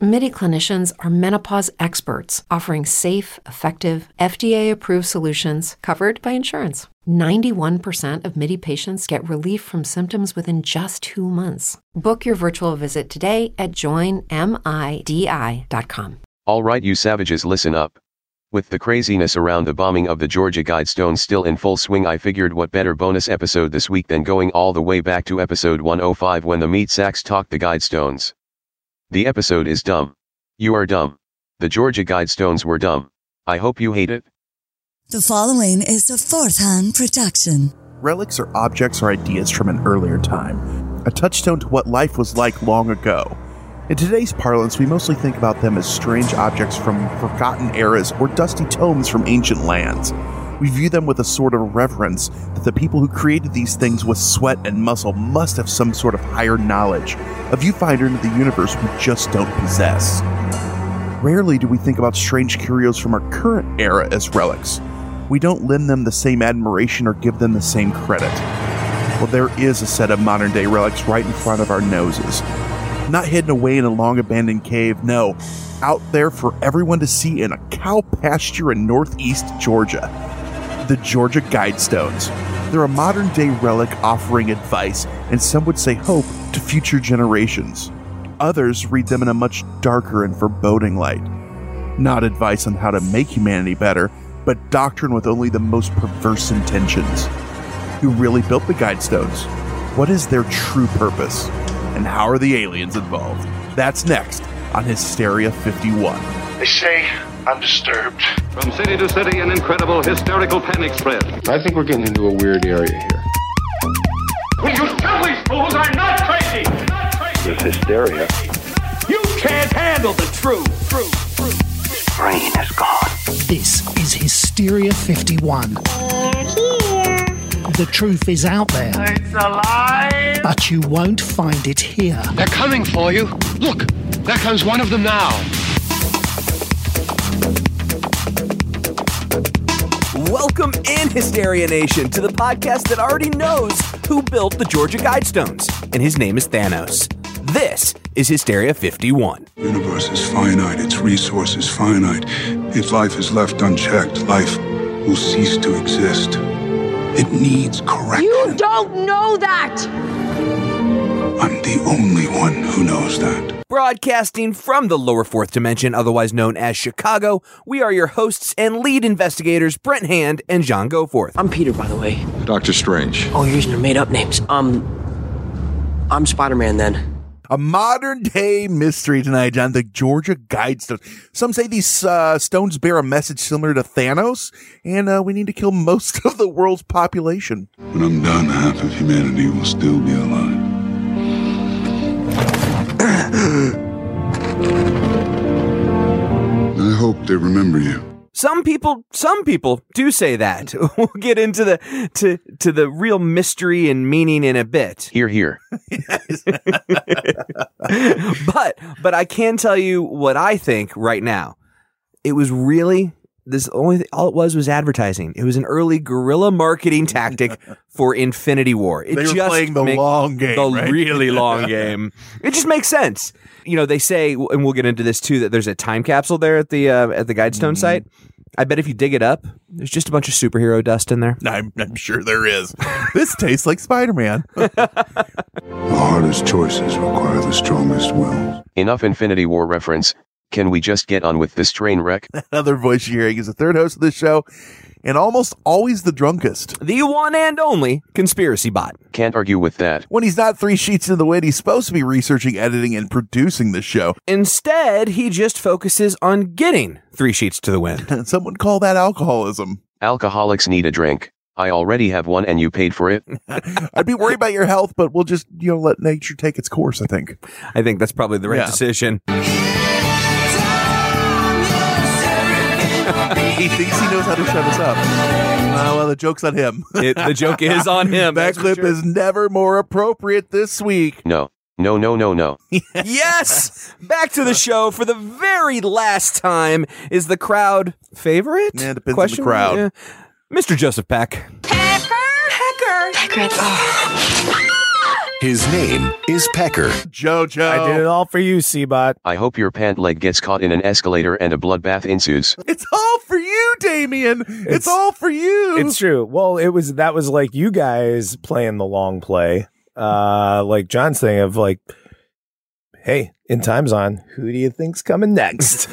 MIDI clinicians are menopause experts offering safe, effective, FDA approved solutions covered by insurance. 91% of MIDI patients get relief from symptoms within just two months. Book your virtual visit today at joinmidi.com. All right, you savages, listen up. With the craziness around the bombing of the Georgia Guidestones still in full swing, I figured what better bonus episode this week than going all the way back to episode 105 when the meat sacks talked the Guidestones. The episode is dumb. You are dumb. The Georgia Guidestones were dumb. I hope you hate it. The following is a fourth hand production. Relics are objects or ideas from an earlier time, a touchstone to what life was like long ago. In today's parlance, we mostly think about them as strange objects from forgotten eras or dusty tomes from ancient lands. We view them with a sort of reverence that the people who created these things with sweat and muscle must have some sort of higher knowledge, a viewfinder into the universe we just don't possess. Rarely do we think about strange curios from our current era as relics. We don't lend them the same admiration or give them the same credit. Well, there is a set of modern day relics right in front of our noses, not hidden away in a long abandoned cave, no, out there for everyone to see in a cow pasture in northeast Georgia. The Georgia Guidestones. They're a modern day relic offering advice, and some would say hope, to future generations. Others read them in a much darker and foreboding light. Not advice on how to make humanity better, but doctrine with only the most perverse intentions. Who really built the Guidestones? What is their true purpose? and how are the aliens involved? That's next on Hysteria 51. They say I'm disturbed. From city to city, an incredible hysterical panic spread. I think we're getting into a weird area here. Will you tell these fools I'm not crazy? Not crazy. This hysteria. You can't handle the truth. Truth. Truth. His brain is gone. This is Hysteria 51. We're here. The truth is out there. It's alive. But you won't find it here. They're coming for you. Look, there comes one of them now. Welcome in, Hysteria Nation, to the podcast that already knows who built the Georgia Guidestones, and his name is Thanos. This is Hysteria 51. The universe is finite, its resource is finite. If life is left unchecked, life will cease to exist. It needs correction. You don't know that! I'm the only one who knows that. Broadcasting from the lower fourth dimension, otherwise known as Chicago, we are your hosts and lead investigators, Brent Hand and John Goforth. I'm Peter, by the way. Doctor Strange. Oh, you're using made up names. Um, I'm Spider Man then. A modern day mystery tonight, John. The Georgia Guidestones. Some say these uh, stones bear a message similar to Thanos, and uh, we need to kill most of the world's population. When I'm done, half of humanity will still be alive. I hope they remember you. Some people, some people do say that. we'll get into the to to the real mystery and meaning in a bit. Here, here. but but I can tell you what I think right now. It was really this only th- all it was was advertising. It was an early guerrilla marketing tactic for Infinity War. It They were playing the make- long game, the right? really long game. It just makes sense. You know, they say, and we'll get into this too, that there's a time capsule there at the uh, at the Mm. Guidestone site. I bet if you dig it up, there's just a bunch of superhero dust in there. I'm, I'm sure there is. this tastes like Spider Man. The hardest choices require the strongest wills. Enough Infinity War reference. Can we just get on with this train wreck? Another voice you're hearing is the third host of this show, and almost always the drunkest. The one and only conspiracy bot. Can't argue with that. When he's not three sheets in the wind, he's supposed to be researching, editing, and producing this show. Instead, he just focuses on getting three sheets to the wind. Some would call that alcoholism. Alcoholics need a drink. I already have one and you paid for it. I'd be worried about your health, but we'll just, you know, let nature take its course, I think. I think that's probably the right Yeah. decision. He thinks he knows how to shut us up. Uh, well, the joke's on him. It, the joke is on him. that that's for clip sure. is never more appropriate this week. No, No, no, no, no. yes! Back to the show for the very last time. Is the crowd favorite? Yeah, depends Question? on the crowd. Yeah. Mr. Joseph Peck. Pecker? Pecker. Pecker. Oh. His name is Pecker. Jojo. I did it all for you, Seabot. I hope your pant leg gets caught in an escalator and a bloodbath ensues. It's all for you, Damien. It's, it's all for you. It's true. Well, it was that was like you guys playing the long play. Uh like John's thing of like hey, in time's on, who do you think's coming next?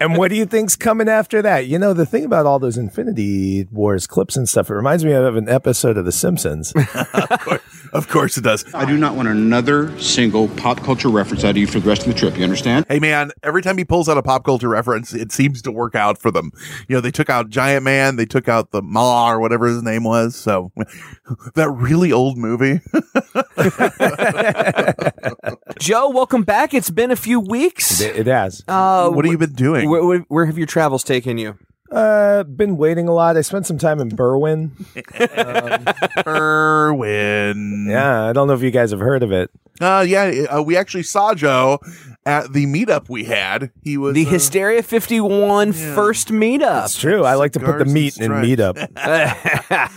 and what do you think's coming after that? You know, the thing about all those Infinity Wars clips and stuff, it reminds me of an episode of The Simpsons. of, course, of, course, it does. I do not want another single pop culture reference out of you for the rest of the trip. You understand? Hey, man, every time he pulls out a pop culture reference, it seems to work out for them. You know, they took out Giant Man, they took out the Ma or whatever his name was. So that really old movie. Joe, welcome back. It's been a few weeks. It, it has. Uh, what have you been doing? Wh- wh- where, have your travels taken you? Uh, been waiting a lot. I spent some time in Berwyn. um, Berwyn. Yeah, I don't know if you guys have heard of it. Uh, yeah, uh, we actually saw Joe at the meetup we had. He was uh, the Hysteria 51 yeah. first meetup. It's true. I like Cigars to put the meat in meetup.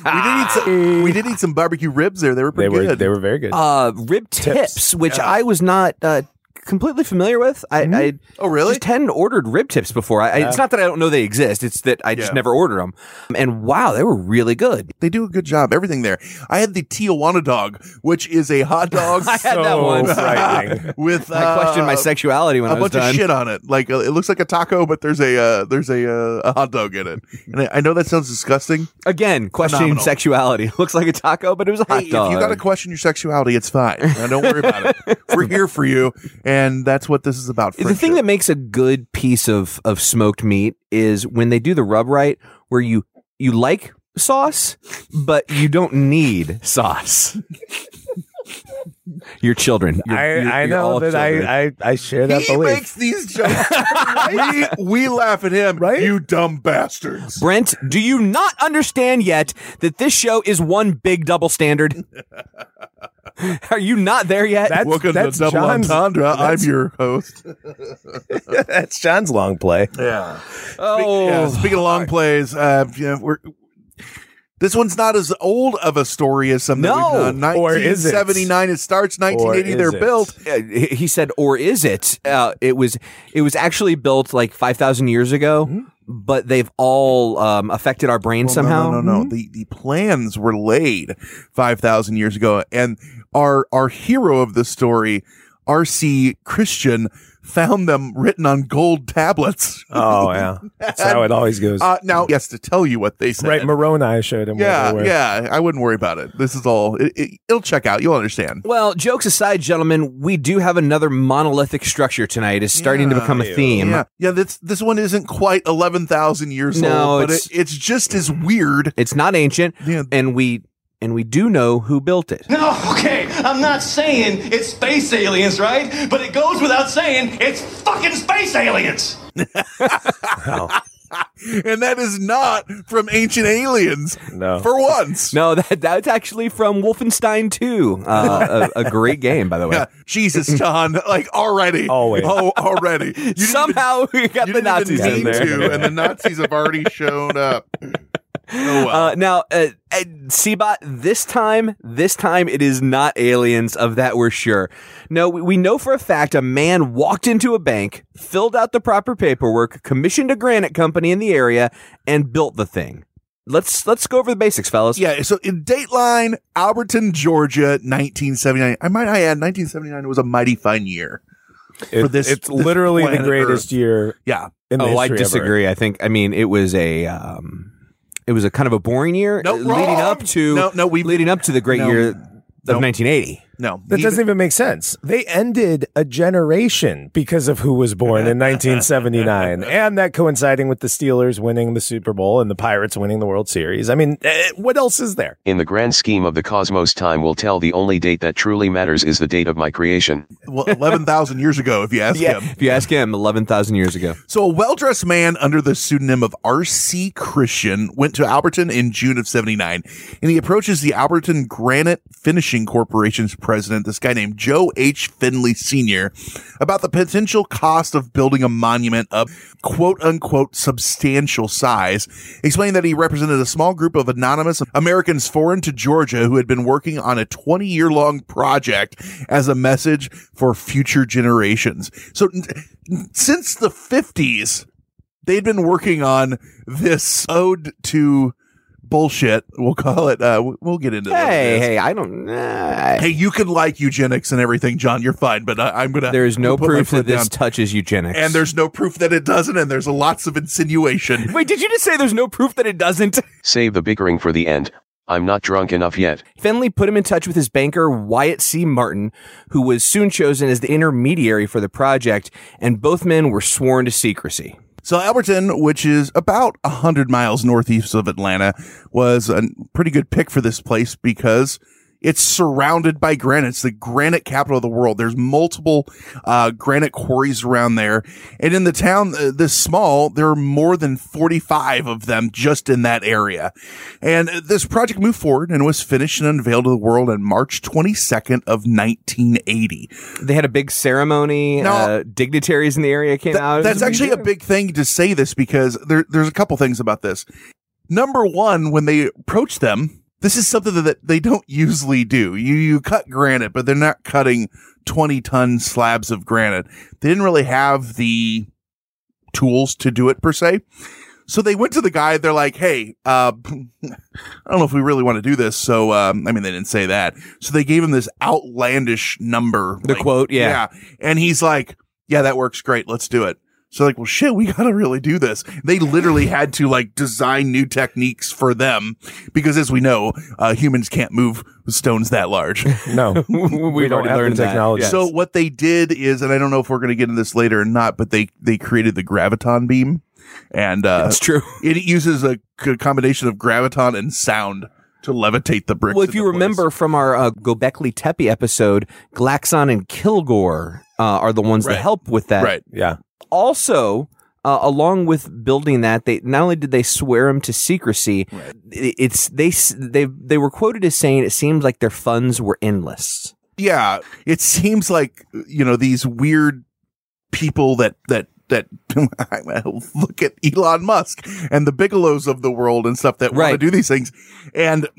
we, did eat some, we did eat some barbecue ribs there. They were pretty they were, good. They were very good. Uh, rib tips, tips which yeah. I was not uh, completely familiar with. I, mm-hmm. I oh really? Just hadn't ordered rib tips before. I, yeah. It's not that I don't know they exist. It's that I just yeah. never order them. And wow, they were really good. They do a good job. Everything there. I had the Tijuana dog, which is a hot dog. I had so that one. with uh, I questioned my sexuality when a I was bunch done. of shit on it. Like uh, it looks like a taco, but there's a uh, there's a, a, hot dog in it. And I, I, know that sounds disgusting. Again, questioning Phenomenal. sexuality. looks like a taco, but it was a hot hey, dog. If you got to question your sexuality, it's fine. Now, don't worry about it. We're here for you and that's what this is about. Friendship. The thing that makes a good piece of of smoked meat is when they do the rub right, where you you like sauce, but you don't need sauce. Your children. You're, I, you're, I you're know that children. I, I, I share that he belief. He makes these jokes. we, we laugh at him, right? You dumb bastards. Brent, do you not understand yet that this show is one big double standard? Are you not there yet? That's, Welcome that's to Double John's, Entendre. I'm your host. that's John's long play. Yeah. Oh, yeah, speaking of long plays, uh, yeah, we're. This one's not as old of a story as some no. that we've done. 1979 it? it? starts, 1980 they're it? built. Uh, He said or is it? Uh, it was it was actually built like 5000 years ago. Mm-hmm. But they've all um, affected our brain well, somehow. Hmm. No, no, no. no. Mm-hmm. The the plans were laid five thousand years ago, and our our hero of the story, R.C. Christian, found them written on gold tablets. oh yeah, that's how it always goes. Uh, now, yes, to tell you what they said. Right, Moroni showed him. Yeah, yeah. I wouldn't worry about it. This is all. It, will it, check out. You'll understand. Well, jokes aside, gentlemen, we do have another monolithic structure tonight. Is starting yeah, to become a theme. Yeah, yeah. This this one isn't quite eleven thousand years no, old, but it's, it, it's just as weird. It's not ancient. Yeah. and we and we do know who built it. No, okay, I'm not saying it's space aliens, right? But it goes without saying it's fucking space aliens. wow. And that is not from Ancient Aliens. No. For once. No, that that's actually from Wolfenstein 2. Uh, a, a, great game, by the way. Yeah. Jesus, John. Like, already. Always. Oh, already. You Somehow even, we got the Nazis in there. To, and the Nazis have already shown up. Oh, well. uh, now, uh, uh, Seabot, this time, this time it is not aliens of that we're sure. No, we, we, know for a fact a man walked into a bank, filled out the proper paperwork, commissioned a granite company in the area, and built the thing. Let's let's go over the basics, fellas. Yeah, so in Dateline, Alberton, Georgia, 1979. I might I add, 1979 was a mighty fine year. It, this, it's this literally the greatest Earth. year. Yeah. oh, I disagree. I think I mean it was a um, it was a kind of a boring year uh, no, leading wrong. up to no, no, we leading up to the great no, year of no, 1980. No, that doesn't even make sense. They ended a generation because of who was born in 1979, and that coinciding with the Steelers winning the Super Bowl and the Pirates winning the World Series. I mean, eh, what else is there? In the grand scheme of the cosmos, time will tell. The only date that truly matters is the date of my creation. Well, 11,000 years ago, if you ask yeah, him. If you ask him, 11,000 years ago. So, a well dressed man under the pseudonym of R.C. Christian went to Alberton in June of 79, and he approaches the Alberton Granite Finishing Corporation's president, this guy named Joe H. Finley Sr., about the potential cost of building a monument of quote unquote substantial size, explaining that he represented a small group of anonymous Americans foreign to Georgia who had been working on a 20 year long project as a message for future generations. So n- n- since the 50s, they'd been working on this ode to bullshit. We'll call it. Uh, w- we'll get into. that. Hey, hey, I don't. nah. hey, you can like eugenics and everything, John. You're fine, but I, I'm gonna. There is no put my proof foot that this down. touches eugenics. and there's no proof that it doesn't, and there's lots of insinuation. Wait, did you just say there's no proof that it doesn't? Save the bickering for the end. I'm not drunk enough yet. Finley put him in touch with his banker, Wyatt C. Martin, who was soon chosen as the intermediary for the project, and both men were sworn to secrecy. So Alberton, which is about 100 miles northeast of Atlanta, was a pretty good pick for this place because it's surrounded by granite. It's the granite capital of the world. There's multiple uh, granite quarries around there. And in the town uh, this small, there are more than 45 of them just in that area. And uh, this project moved forward and was finished and unveiled to the world on March 22nd of 1980. They had a big ceremony. Now- uh, dignitaries in the area came Th- out. It was That's big actually deal. a big thing to say this because there, there's a couple things about this. Number one, when they approach them, this is something that they don't usually do. You you cut granite, but they're not cutting 20 ton slabs of granite. They didn't really have the tools to do it per se. So they went to the guy. They're like, "Hey, uh, I don't know if we really want to do this." So, um, I mean, they didn't say that. So they gave him this outlandish number. The quote, yeah. And he's like, "Yeah, that works great. Let's do it." So like, well, shit, we gotta really do this. They literally had to like design new techniques for them because, as we know, uh, humans can't move stones that large. No, we don't have already the learned that, technology. yes. So what they did is, and I don't know if we're going to get into this later or not, but they they created the graviton beam, and uh, That's true. It uses a c- combination of graviton and sound to levitate the bricks. Well, if into you place. remember from our uh, Gobekli Tepe episode, Glaxon and Kilgore uh, are the ones Right. that help with that. right? yeah. Also, uh, along with building that, they not only did they swear him to secrecy, i- it's they s- they they were quoted as saying it seems like their funds were endless. Yeah, it seems like you know these weird people that that that look at Elon Musk and the Bigelows of the world and stuff that want Right. to do these things. And uh,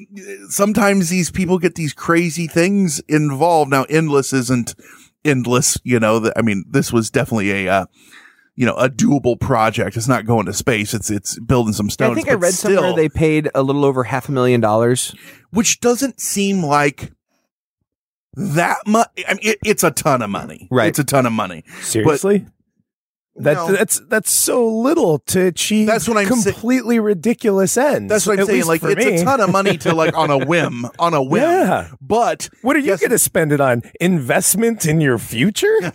sometimes these people get these crazy things involved. Now, endless isn't endless, you know. The, I mean, this was definitely a. Uh, you know, a doable project. It's not going to space. It's it's building some stones. I think I but read still, somewhere they paid a little over half a million dollars. which doesn't seem like that much. I mean, it, it's a ton of money. Right. It's a ton of money. Seriously? That, No. That's that's so little to achieve That's what I'm sa- completely ridiculous ends. That's what I'm at saying. least Like, for it's me. a ton of money to like on a whim, on a whim. Yeah. But What are you going to spend it on? Investment in your future?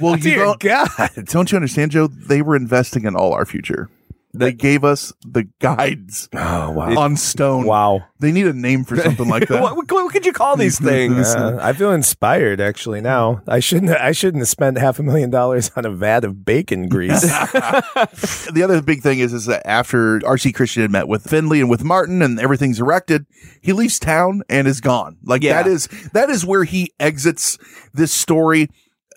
well, you Dear don't, God. don't you understand, Joe? They were investing in all our future. They gave us the guides Oh, wow. on stone. Wow. They need a name for something like that. What, what, what could you call these things? Uh, I feel inspired actually now. I shouldn't I shouldn't have spent half a million dollars on a vat of bacon grease. the other big thing is is that after RC Christian had met with Finley and with Martin and everything's erected, he leaves town and is gone. Like Yeah. that is that is where he exits this story.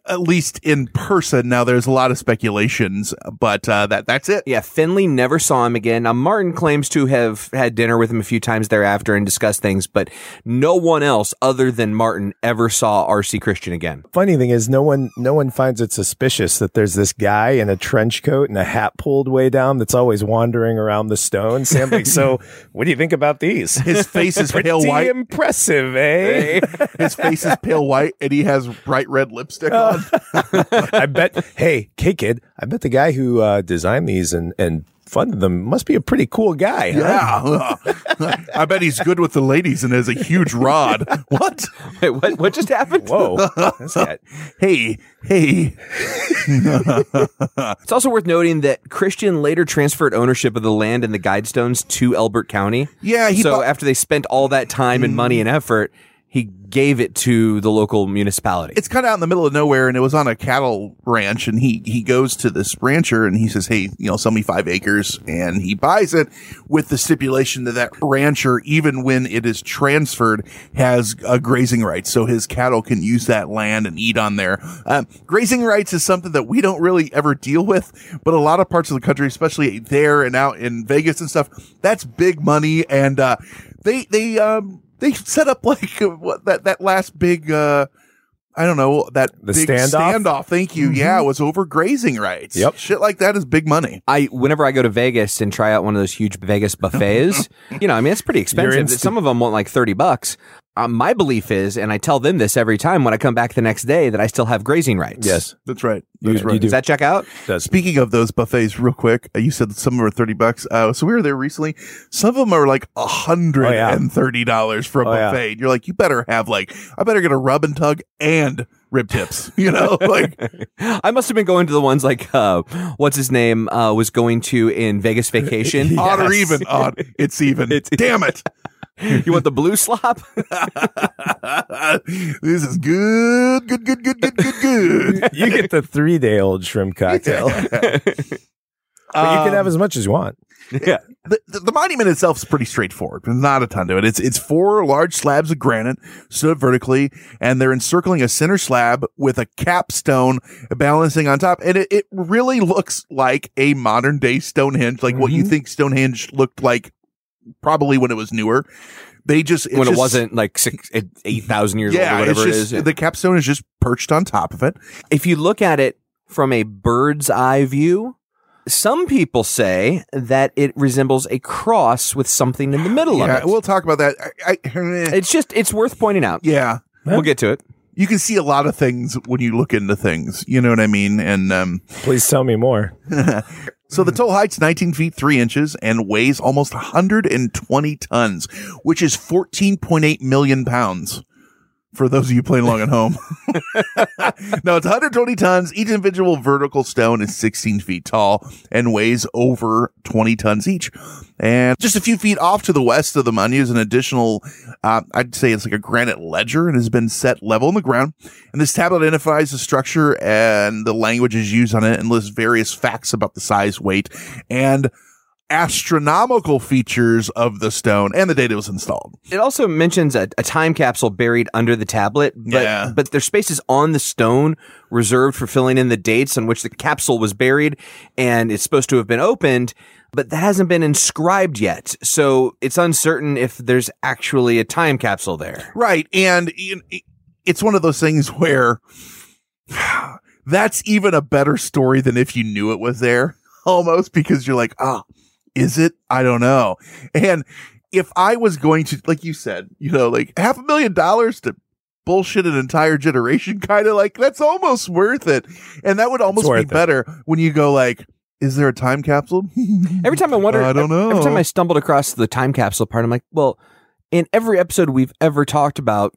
At least in person. Now, there's a lot of speculations, but uh, that that's it. Yeah, Finley never saw him again. Now, Martin claims to have had dinner with him a few times thereafter and discussed things, but no one else other than Martin ever saw R.C. Christian again. Funny thing is no one no one finds it suspicious that there's this guy in a trench coat and a hat pulled way down that's always wandering around the stone. Sam like, so what do you think about these? His face is Pretty pale white. impressive, eh? His face is pale white, and he has bright red lipstick on. I bet. Hey, K Kid, I bet the guy who uh, designed these and, and funded them must be a pretty cool guy. huh? Yeah, I bet he's good with the ladies and has a huge rod. What? Wait, what, what just happened? Whoa. That's that. Hey, hey, It's also worth noting that Christian later transferred ownership of the land and the guidestones to Elbert County. Yeah, he so bought- after they spent all that time and money and effort, He gave it to the local municipality. It's kind of out in the middle of nowhere, and it was on a cattle ranch. And he he goes to this rancher, and he says, "Hey, you know, sell me five acres," and he buys it with the stipulation that that rancher, even when it is transferred, has a grazing rights, so his cattle can use that land and eat on there. Um, grazing rights is something that we don't really ever deal with, but a lot of parts of the country, especially there and out in Vegas and stuff, that's big money, and uh, they they um they set up like uh, what that that last big uh I don't know that The big standoff? Mm-hmm. standoff. Thank you. Yeah, it was over grazing rights. Yep. shit like that is big money. I whenever I go to Vegas and try out one of those huge Vegas buffets, you know, I mean, it's pretty expensive. insti- Some of them want like thirty bucks. Uh, my belief is, and I tell them this every time when I come back the next day, that I still have grazing rights. Yes. That's right. You- That's you right. do. Does that check out? Speaking of those buffets, real quick, uh, you said that some of them are thirty bucks. Uh, so we were there recently. Some of them are like hundred and thirty dollars for a Oh, yeah. buffet. And you're like, you better have like, I better get a rub and tug and rib tips. You know, like I must have been going to the ones like uh, what's his name uh, was going to in Vegas Vacation. odd or even odd. It's even. Damn it. you want the blue slop? this is good, good, good, good, good, good, good. you get the three day old shrimp cocktail. but you can have as much as you want. Yeah. Um, The, the, the monument itself is pretty straightforward. There's not a ton to it. It's it's four large slabs of granite stood vertically, and they're encircling a center slab with a capstone balancing on top. And it, it really looks like a modern day Stonehenge, like what you Mm-hmm. think Stonehenge looked like probably when it was newer. They just when it just- wasn't like six, eight- 8,000 years old or it's whatever just, it is. The capstone is just perched on top of it. if you look at it from a bird's eye view, some people say that it resembles a cross with something in the middle Yeah, of it. we'll talk about that. I, I, it's just it's worth pointing out. yeah. We'll get to it. You can see a lot of things when you look into things. You know what I mean? And um, Please tell me more. so the total height's 19 feet 3 inches and weighs almost 120 tons, which is 14.8 million pounds. For those of you playing along at home, no, it's 120 tons. Each individual vertical stone is 16 feet tall and weighs over 20 tons each. And just a few feet off to the west of the monument is an additional, uh, I'd say it's like a granite ledger and has been set level in the ground. And this tablet identifies the structure and the languages used on it and lists various facts about the size, weight, and astronomical features of the stone and the date it was installed. It also mentions a, a time capsule buried under the tablet, but Yeah. but there's spaces on the stone reserved for filling in the dates on which the capsule was buried, and it's supposed to have been opened, but that hasn't been inscribed yet, so it's uncertain if there's actually a time capsule there. Right. And you kn- it's one of those things where that's even a better story than if you knew it was there almost because you're like, ah, is it? I don't know. And if I was going to, like you said, you know, like half a million dollars to bullshit an entire generation, kind of like that's almost worth it. And that would almost worth be it. better when you go like, is there a time capsule? Every time I wonder, I don't know. Every time I stumbled across the time capsule part, I'm like, well, in every episode we've ever talked about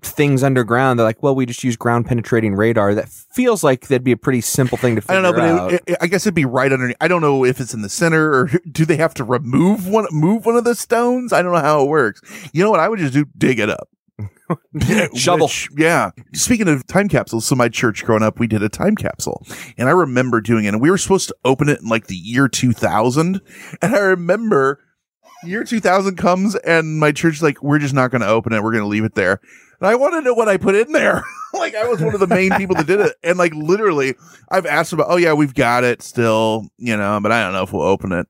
things underground, they're like, well, we just use ground penetrating radar. That feels like that'd be a pretty simple thing to I figure don't know, out. but it, it, I guess it'd be right underneath. I don't know if it's in the center or do they have to remove one, move one of the stones? I don't know how it works. You know what? I would just do dig it up. Shovel. Which- yeah. Speaking of time capsules, so my church growing up, we did a time capsule and I remember doing it and we were supposed to open it in like the year 2000. And I remember year 2000 comes and my church like, we're just not going to open it. We're going to leave it there. And I want to know what I put in there. like I was one of the main people that did it. And like literally I've asked about, oh yeah, we've got it still, you know, but I don't know if we'll open it.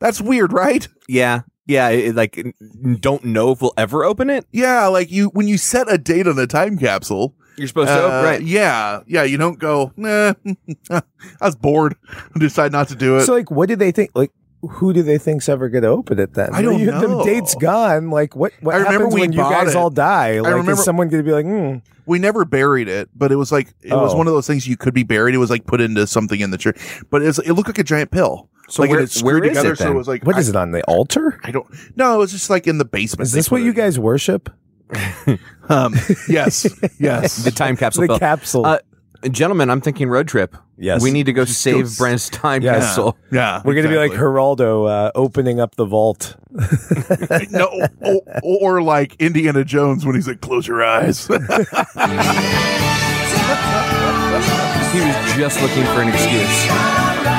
That's weird, right? yeah, yeah. It, like, n- n- don't know if we'll ever open it. Yeah, like you when you set a date on a time capsule. You're supposed to, oh, uh, open, right? Yeah, yeah. You don't go. Nah, I was bored. I decided not to do it. So, like, what do they think? Like, who do they think's ever going to open it then? I don't you, know. The date's gone. Like, what? What I remember happens we when you bought guys it. all die? Like, remember- is someone going to be like, hmm? we never buried it, but it was like it was Oh. one of those things you could be buried. It was like put into something in the church, but it, was, it looked like a giant pill. So like where- had screwed where is it So then? it was like What I, is it on the altar? I don't. No, it was just like in the basement. Is They this put what you it- guys worship? Um, yes, yes. The time capsule. The bill. capsule. Uh, gentlemen, I'm thinking road trip. Yes. We need to go save Brent's time Yeah. capsule. Yeah. We're going to be like Geraldo uh, opening up the vault. no, or, or like Indiana Jones when he's like, "Close your eyes." He was just looking for an excuse.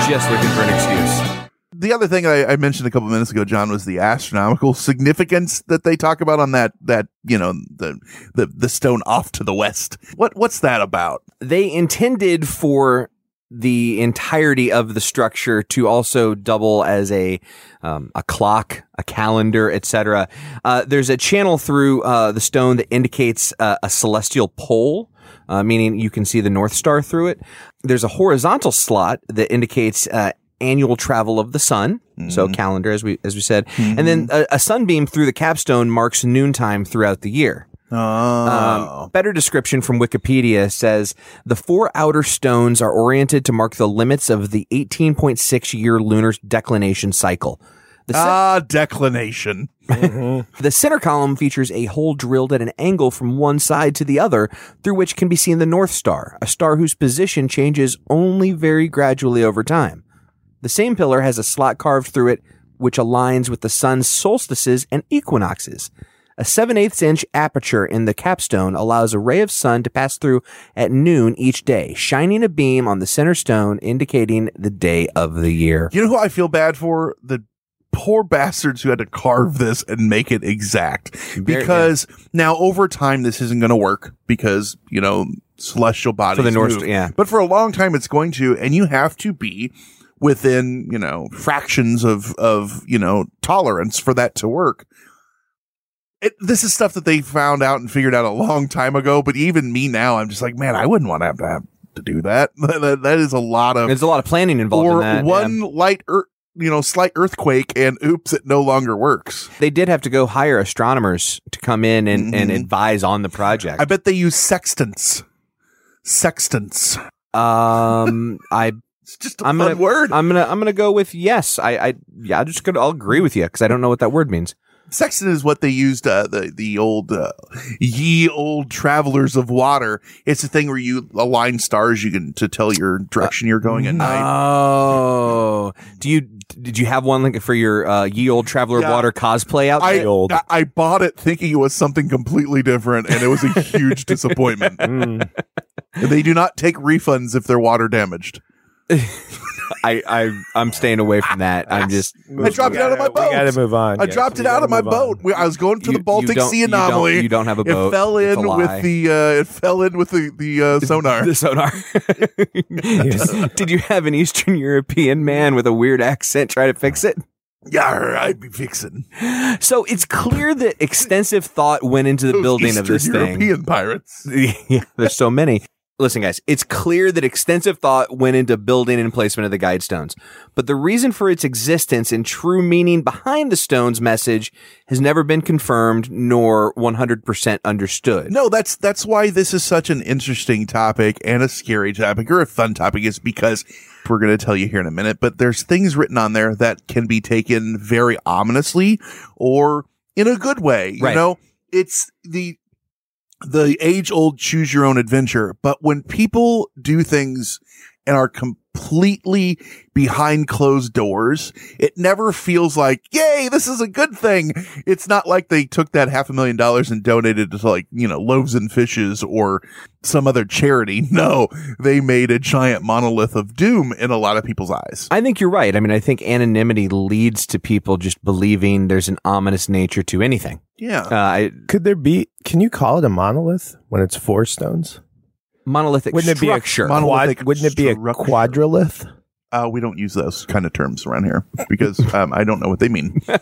Just looking for an excuse. the other thing I, I mentioned a couple minutes ago, John, was the astronomical significance that they talk about on that that you know the the, the stone off to the west. What what's that about? They intended for the entirety of the structure to also double as a um, a clock, a calendar, etc. Uh, there's a channel through uh, the stone that indicates uh, a celestial pole, uh, meaning you can see the North Star through it. There's a horizontal slot that indicates uh, annual travel of the sun, so calendar, as we as we said, and then a, a sunbeam through the capstone marks noontime throughout the year. Um, better description from Wikipedia says the four outer stones are oriented to mark the limits of the 18.6 year lunar declination cycle. The, cen- Ah, declination. the center column features a hole drilled at an angle from one side to the other, through which can be seen the North Star, a star whose position changes only very gradually over time. The same pillar has a slot carved through it, which aligns with the sun's solstices and equinoxes. A 7 8 inch aperture in the capstone allows a ray of sun to pass through at noon each day, shining a beam on the center stone, indicating the day of the year. You know who I feel bad for? The poor bastards who had to carve this and make it exact. Because now over time this isn't going to work because, you know, celestial bodies the North- move. yeah. But for a long time it's going to and you have to be within, you know, fractions of of, you know, tolerance for that to work. It, this is stuff that they found out and figured out a long time ago, but even me now I'm just like, man, I wouldn't want to have to have to do that. that, that is a lot of There's a lot of planning involved or in that. yeah. one light ear- you know slight earthquake and oops it no longer works They did have to go hire astronomers to come in and, and advise on the project. Mm-hmm. i bet they use sextants sextants um, I it's just a I'm fun gonna word I'm gonna I'm gonna go with yes. I I yeah. I just gonna I'll agree with you because I don't know what that word means. sextant is what they used uh, the the old uh, ye old travelers of water it's the thing where you align stars you can to tell your direction you're going at night Oh, do you did you have one like for your uh, ye old traveler of Yeah. water cosplay out I, there? I I bought it thinking it was something completely different, and it was a huge disappointment. Hmm. They do not take refunds if they're water damaged. I, I I'm staying away from that. I'm just I dropped it out of my boat. We got to move on. I Yes, dropped we it out gotta of my move on. boat. We- I was going to You- the Baltic you don't- Sea you don't- anomaly. you don't have a It boat. fell It's a in lie. with the uh, it fell in with the the uh, sonar. the sonar. did, did you have an Eastern European man with a weird accent try to fix it? yeah, I'd be fixing So it's clear that extensive thought went into the those building Eastern of this European thing. pirates. yeah, there's so many. Listen, guys, it's clear that extensive thought went into building and placement of the guide stones. But the reason for its existence and true meaning behind the stone's message has never been confirmed nor 100% understood. No, that's that's why this is such an interesting topic and a scary topic or a fun topic is because we're going to tell you here in a minute, but there's things written on there that can be taken very ominously or in a good way. You Right. know, it's the the age old choose your own adventure, but when people do things and are completely behind closed doors, it never feels like, yay, this is a good thing. It's not like they took that half a million dollars and donated it to like, you know, loaves and fishes or some other charity. No, they made a giant monolith of doom in a lot of people's eyes. I think you're right. I mean, I think anonymity leads to people just believing there's an ominous nature to anything. Yeah. Uh, I, Could there be? Can you call it a monolith when it's four stones? monolithic Wouldn't it be a structure. mon- Quad, Monolithic wouldn't it be a structure. quadrilith? Uh, we don't use those kind of terms around here because um, I don't know what they mean. no,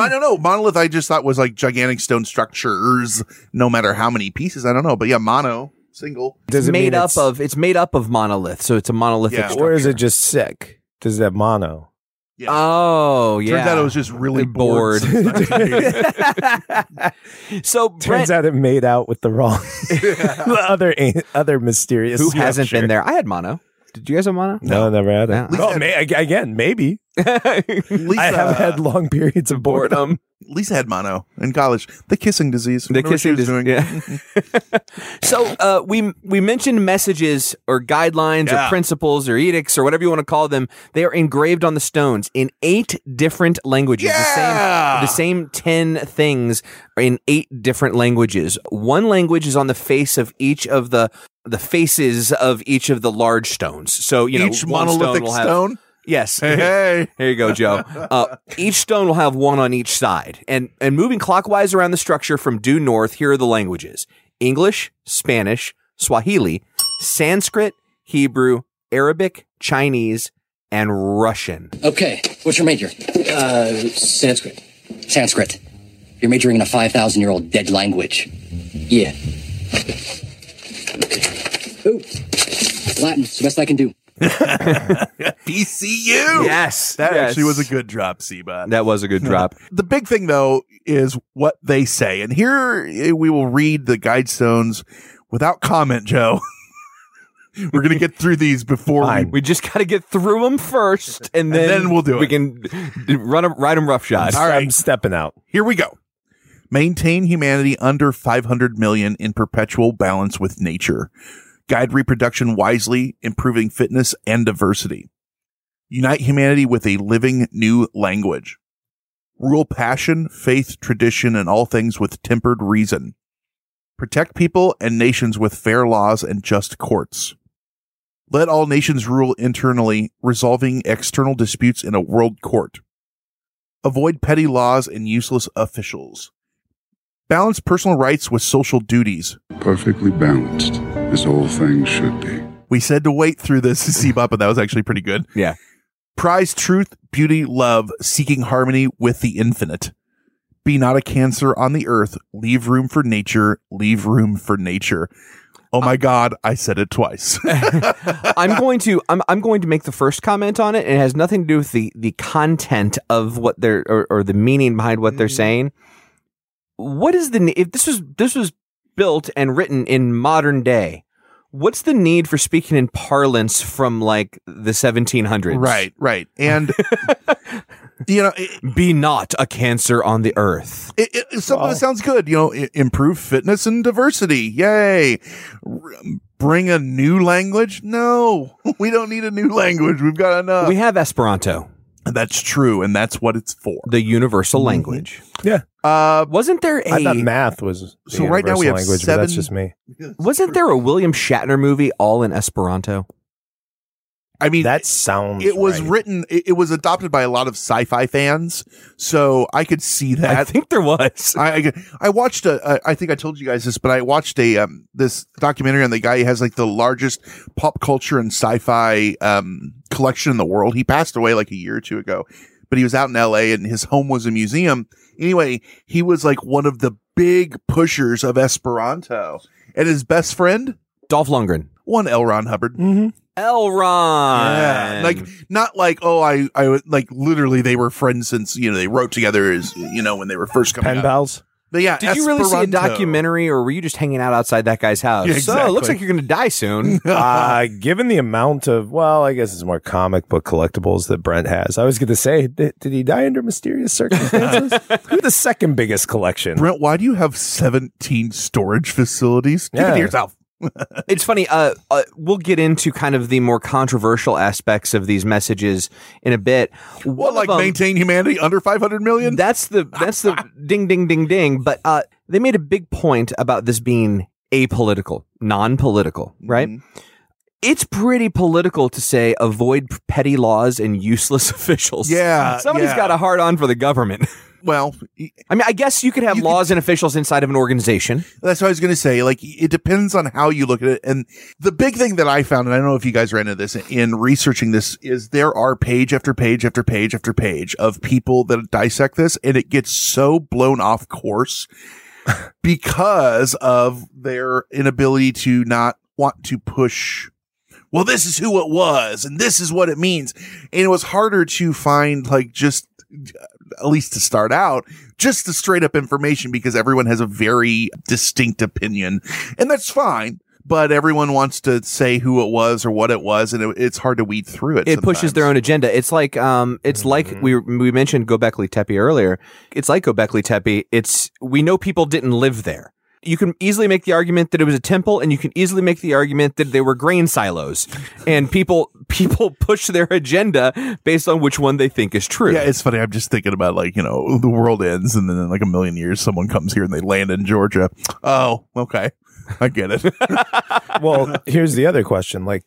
I don't know. Monolith, I just thought was like gigantic stone structures, no matter how many pieces. I don't know. But yeah, mono, Oh, single. Does it's it made mean up it's- of it's made up of monolith, so it's a monolithic Yeah. structure. or is it just sick? Does it have mono? Yeah. Oh, yeah. Turns out I was just really They're bored. since 1980. so Turns Brent, out it made out with the wrong, the other other mysterious. who hasn't structure. been there? I had mono. Did you guys have mono? No, never had it. Yeah. Oh, may, ag- again, maybe Lisa, I have had long periods of boredom. Lisa had mono in college. The kissing disease. The kissing disease. Yeah. so uh, we we mentioned messages or guidelines Yeah. or principles or edicts or whatever you want to call them. They are engraved on the stones in eight different languages. Yeah! The same the same ten things are in eight different languages. One language is on the face of each of the the faces of each of the large stones. So you know Each one monolithic will have- stone? Yes. Hey, hey. Here you go, Joe. Uh, each stone will have one on each side. And and moving clockwise around the structure from due north, here are the languages: English, Spanish, Swahili, Sanskrit, Hebrew, Arabic, Chinese, and Russian. Okay, what's your major? Uh, Sanskrit. Sanskrit. You're majoring in a 5,000 year old dead language. Yeah. Ooh. Latin, it's the best I can do. PCU. Yes, that yes. actually was a good drop, Seabot. That was a good drop. The big thing though is what they say, and here eh, we will read the guidestones without comment, Joe. We're gonna get through these before we. We just got to get through them first, and then, And then we'll do we it. can run 'em- ride them roughshod. All right. I'm stepping out. Here we go. Maintain humanity under 500 million in perpetual balance with nature. Guide reproduction wisely, improving fitness and diversity. Unite humanity with a living new language. Rule passion, faith, tradition, and all things with tempered reason. Protect people and nations with fair laws and just courts. Let all nations rule internally, resolving external disputes in a world court. Avoid petty laws and useless officials. Balance personal rights with social duties. Perfectly balanced, as all things should be. We said to wait through this to see Bob, but that was actually pretty good. Yeah. Prize truth, beauty, love, seeking harmony with the infinite. Be not a cancer on the earth. Leave room for nature. Leave room for nature. Oh my God, I said it twice. I'm going to I'm I'm going to make the first comment on it. It has nothing to do with the the content of what they're or, or the meaning behind what they're Mm-hmm. saying. What is the ne- if this was this was built and written in modern day? What's the need for speaking in parlance from like the 1700s? right, right. And, you know, it, Be not a cancer on the earth. It, it, it- some of it sounds good. You know, i- improve fitness and diversity. Yay. R- bring a new language. No, we don't need a new language. We've got enough. we have Esperanto, Uh, that's true. And that's what it's for. Mm-hmm. the universal language. Yeah. Uh, Wasn't there I thought a math was the So right now universal we have language, but that's seven- just me. wasn't there a William Shatner movie all in Esperanto? I mean, That sounds. it was right. written, it, it was adopted by a lot of sci fi fans. So I could see that. I think there was. I, I I watched a I I think I told you guys this, but I watched a um this documentary on the guy who has like the largest pop culture and sci-fi um collection in the world. He passed away like a year or two ago, but he was out in L.A. and his home was a museum. Anyway, he was like one of the big pushers of Esperanto, and his best friend Dolph Lundgren. Mm-hmm. one L. Ron Hubbard. Elron. Yeah, like not like oh I I would- like literally they were friends since you know they wrote together as you know when they were first coming Pen out. pals. But yeah, Did you really see a Esperanto. documentary, or were you just hanging out outside that guy's house? Yeah, So it exactly. looks like you're going to die soon. uh, given the amount of, well, I guess it's more comic book collectibles that Brent has. I was going to say, did, did he die under mysterious circumstances? Who the second biggest collection? Brent, why do you have 17 storage facilities? Keep it Yeah. to yourself. it's funny. Uh, uh, we'll get into kind of the more controversial aspects of these messages in a bit. One What, of like them- maintain humanity under 500 million? That's the that's the ding ding ding ding. But uh, they made a big point about this being apolitical, non-political, right? Mm-hmm. It's pretty political to say avoid petty laws and useless officials. Yeah, somebody's yeah. got a hard on for the government. well, y- I mean, I guess you could have You could- laws and officials inside of an organization. that's what I was going to say. Like, it depends on how you look at it. And the big thing that I found, and I don't know if you guys ran into this in researching this, is there are page after page after page after page of people that dissect this, and it gets so blown off course because of their inability to not want to push well, this is who it was and this is what it means. And it was harder to find like just at least to start out, just the straight up information because everyone has a very distinct opinion and that's fine. but everyone wants to say who it was or what it was, and it, it's hard to weed through it. It pushes their own agenda. It's like um, it's Mm-hmm. like we we mentioned Gobekli Tepe earlier. It's like Gobekli Tepe. It's we know people didn't live there. You can easily make the argument that it was a temple, and you can easily make the argument that they were grain silos, and people people push their agenda based on which one they think is true. Yeah, it's funny. I'm just thinking about like you know the world ends, and then in like a million years, someone comes here and they land in Georgia. Oh, okay, I get it. well, here's the other question. Like,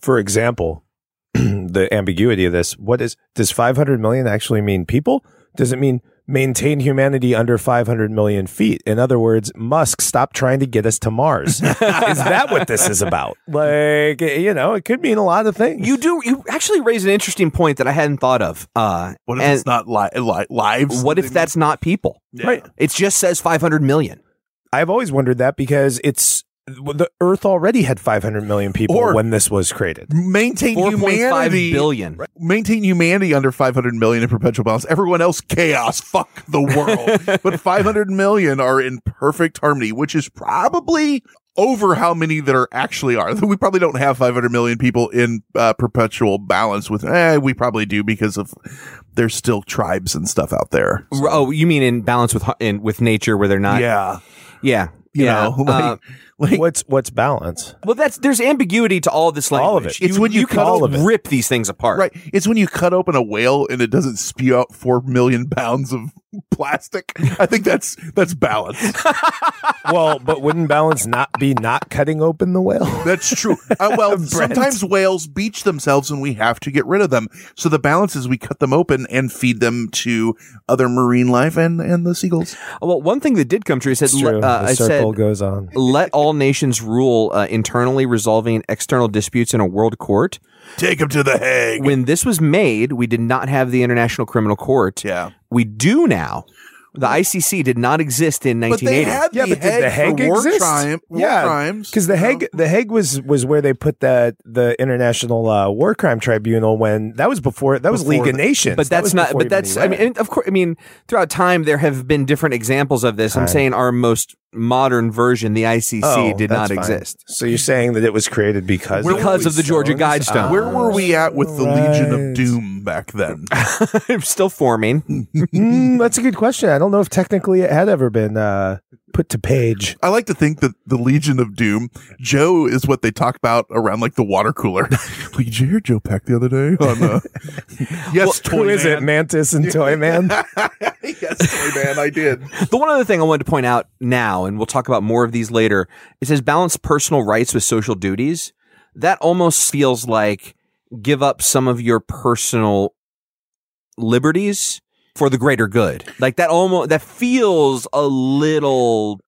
for example, the ambiguity of this. What is does 500 million actually mean? People? Does it mean maintain humanity under 500 million feet? In other words, Musk, stop trying to get us to Mars. is that what this is about? Like, you know, it could mean a lot of things. You do. You actually raise an interesting point that I hadn't thought of. Uh, What if and it's not li- li- lives? what if that's not people? Right. It just says 500 million. I've always wondered that because it's the Earth already had 500 million people Or- when this was created. maintain 4.5 humanity billion. Right. maintain humanity under 500 million in perpetual balance everyone else chaos fuck the world but 500 million are in perfect harmony which is probably over how many that are actually are we probably don't have 500 million people in uh, perpetual balance with eh, we probably do because of there's still tribes and stuff out there R- Oh, you mean in balance with hu- in, with nature where they're not? yeah yeah, You yeah. know, like- Uh, what's what's balance? well, that's there's ambiguity to all this language. All of it. It's when you can cut all of it. rip these things apart. Right. It's when you cut open a whale and it doesn't spew out four million pounds of plastic. I think that's that's balance. well, but wouldn't balance not be not cutting open the whale? That's true. Uh, well, sometimes whales beach themselves and we have to get rid of them. So the balance is we cut them open and feed them to other marine life and, and the seagulls. Well, one thing that did come true, I said, It's true. le- uh, the I circle said, goes on. let all nations rule uh, internally, resolving external disputes in a world court. Take them to the Hague. When this was made, we did not have the International Criminal Court. yeah. We do now. The ICC did not exist in But they 1980. had Yeah, the, but did the Hague Hague for war, exist? crime- war yeah, crimes. because the Hague, the Hague was was where they put the the International uh, War Crime Tribunal when that was before that was Before League of the- Nations. But That that's was not. before But even that's. I Iran. mean, and of course. I mean, throughout time there have been different examples of this. I'm Time. saying our most modern version, the ICC, Oh, did that's not fine. exist So you're saying that it was created because Where because were of the Georgia Guidestones. Where were we at with the Legion of Right. Doom back then? I'm still forming. Mm, that's a good question. I don't know if technically it had ever been uh, put to page. I like to think that the Legion of Doom, Joe is what they talk about around like the water cooler. like, did you hear Joe Peck the other day? On, uh, yes, Toy Who is it, Man. Mantis and Toy Man? yes, Toy Man, I did. the one other thing I wanted to point out now, and we'll talk about more of these later. It says balance personal rights with social duties. That almost feels like give up some of your personal liberties for the greater good. Like that almost that feels a little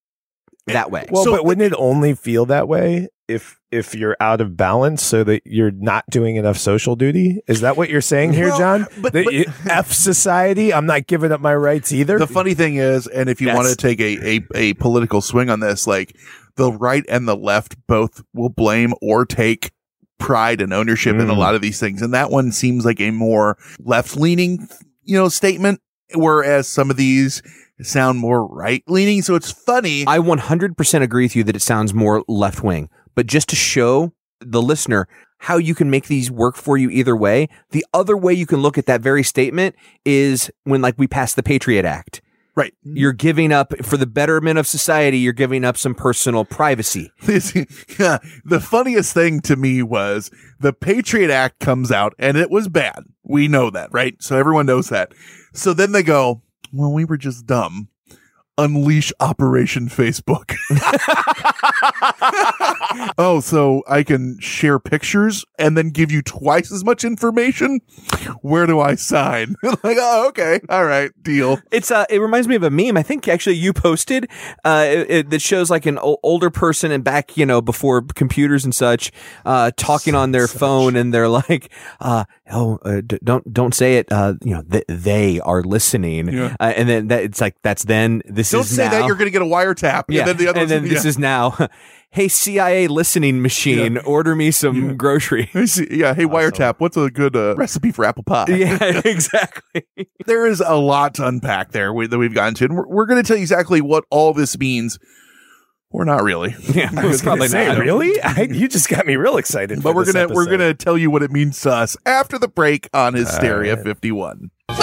that way. Well, So but wouldn't it only feel that way if if you're out of balance, so that you're not doing enough social duty? Is that what you're saying here, Well, John? but- That but- you- F society, I'm not giving up my rights either. The funny thing is, and if you Yes. want to take a, a, a political swing on this, like the right and the left both will blame or take pride and ownership in a Mm. lot of these things. And that one seems like a more left leaning, you know, statement, whereas some of these sound more right leaning. So it's funny. I 100% agree with you that it sounds more left wing, but just to show the listener how you can make these work for you either way, the other way you can look at that very statement is when, like, we passed the Patriot Act. right. You're giving up for the betterment of society, you're giving up some personal privacy. This- yeah, the funniest thing to me was the Patriot Act comes out and it was bad. We know that, right? So everyone knows that. So then they go, well, we were just dumb. Unleash Operation Facebook. oh, so I can share pictures and then give you twice as much information? Where do I sign? like, oh, okay. All right. Deal. It's uh, it reminds me of a meme. I think actually you posted uh, it, it- that shows like an o- older person and back you know before computers and such, uh, talking on their phone, and they're like, uh, "Oh, uh, d- don't don't say it. Uh, you know, th- they are listening." Yeah. Uh, and then that it's like that's then this Don't is say now. that you're going to get a wiretap. yeah, And then the other and then one's- this yeah. is now. Hey CIA listening machine, order me some grocery. I see- Yeah. Hey, wiretap. What's a good uh, recipe for apple pie? yeah, exactly. there is a lot to unpack there we, that we've gotten to, and we're, we're going to tell you exactly what all this means Or not really. Yeah, I was probably not. Really? I, you just got me real excited. But for we're this gonna we're episode. gonna tell you what it means to us after the break on Uh. Hysteria 51. You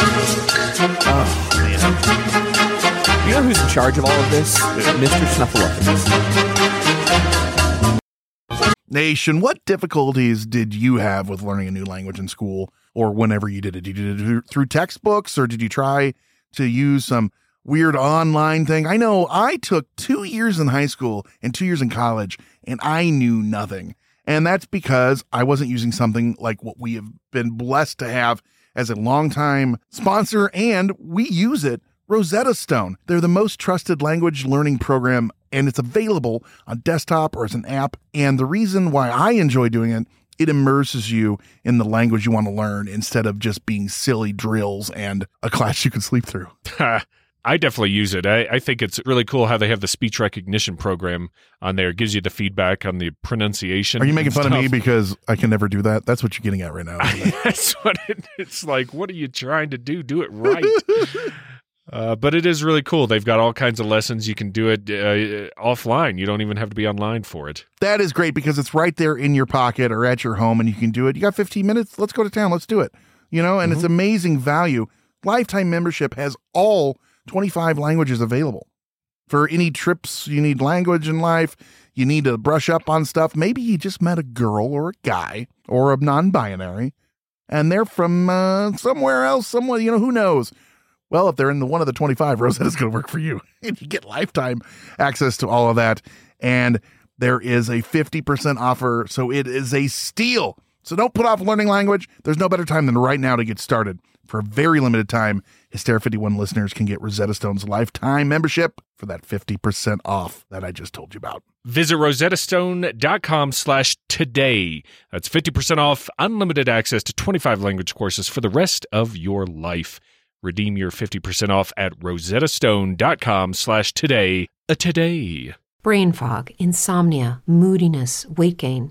know who's in charge of all of this? Mr. Snuffleupagus. Nation, what difficulties did you have with learning a new language in school or whenever you did it? Did you do it through textbooks or did you try to use some weird online thing? I know I took two years in high school and two years in college and I knew nothing. And that's because I wasn't using something like what we have been blessed to have as a longtime sponsor and we use it. Rosetta Stone. They're the most trusted language learning program, and it's available on desktop or as an app. And the reason why I enjoy doing it, it immerses you in the language you want to learn instead of just being silly drills and a class you can sleep through. I definitely use it. I, I think it's really cool how they have the speech recognition program on there. It gives you the feedback on the pronunciation. Are you and making fun of me stuff. because I can never do that? That's what you're getting at right now. That's what it, it's like. What are you trying to do? Do it right. Uh, but it is really cool. They've got all kinds of lessons. You can do it uh, offline. You don't even have to be online for it. That is great because it's right there in your pocket or at your home and you can do it. You got 15 minutes. Let's go to town. Let's do it. You know, and it's amazing value. Lifetime membership has all 25 languages available. For any trips, you need language in life. You need to brush up on stuff. Maybe you just met a girl or a guy or a non binary and they're from uh, somewhere else, someone, you know, who knows? Well, if they're in the one of the 25, Rosetta's going to work for you. And you get lifetime access to all of that. And there is a 50% offer. So it is a steal. So don't put off learning language. There's no better time than right now to get started. For a very limited time, Hysteria 51 listeners can get Rosetta Stone's lifetime membership for that 50% off that I just told you about. Visit rosettastone.com slash today. That's 50% off, unlimited access to 25 language courses for the rest of your life. Redeem your 50% off at rosettastone.com slash today. A today. Brain fog, insomnia, moodiness, weight gain.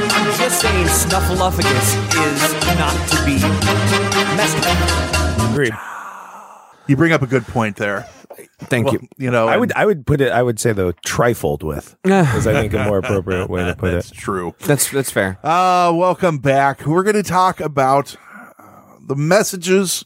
just saying Snuffleupagus is not to be messed with. Agreed. You bring up a good point there. Thank you. You know, I would I would put it I would say though trifled with is I think a more appropriate way to put it. True. That's that's fair. Uh, welcome back. We're going to talk about uh, the messages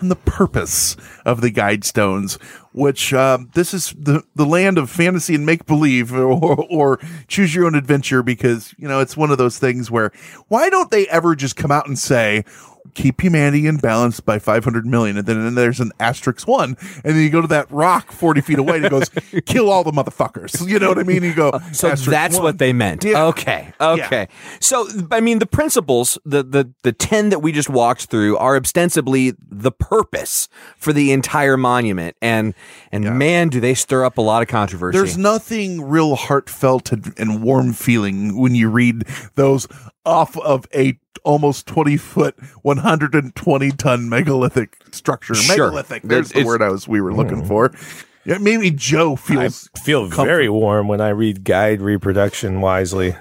and the purpose of the Guidestones, which uh, this is the, the land of fantasy and make believe or, or choose your own adventure because, you know, it's one of those things where why don't they ever just come out and say, keep humanity in balance by 500 million and then, and there's an asterisk one and then you go to that rock 40 feet away and it goes kill all the motherfuckers you know what i mean you go Uh, So asterisk that's one. what they meant. Yeah. Okay. Okay. So I mean the principles, the the the 10 that we just walked through are ostensibly the purpose for the entire monument and and man do they stir up a lot of controversy. There's nothing real heartfelt and, and warm feeling when you read those off of a almost 20 foot, 120 ton megalithic structure. Sure. Megalithic. There's the It's- Hmm. word I was we were looking for. Yeah, maybe Joe feels Mm. I feel very warm when I read Guide Reproduction Wisely.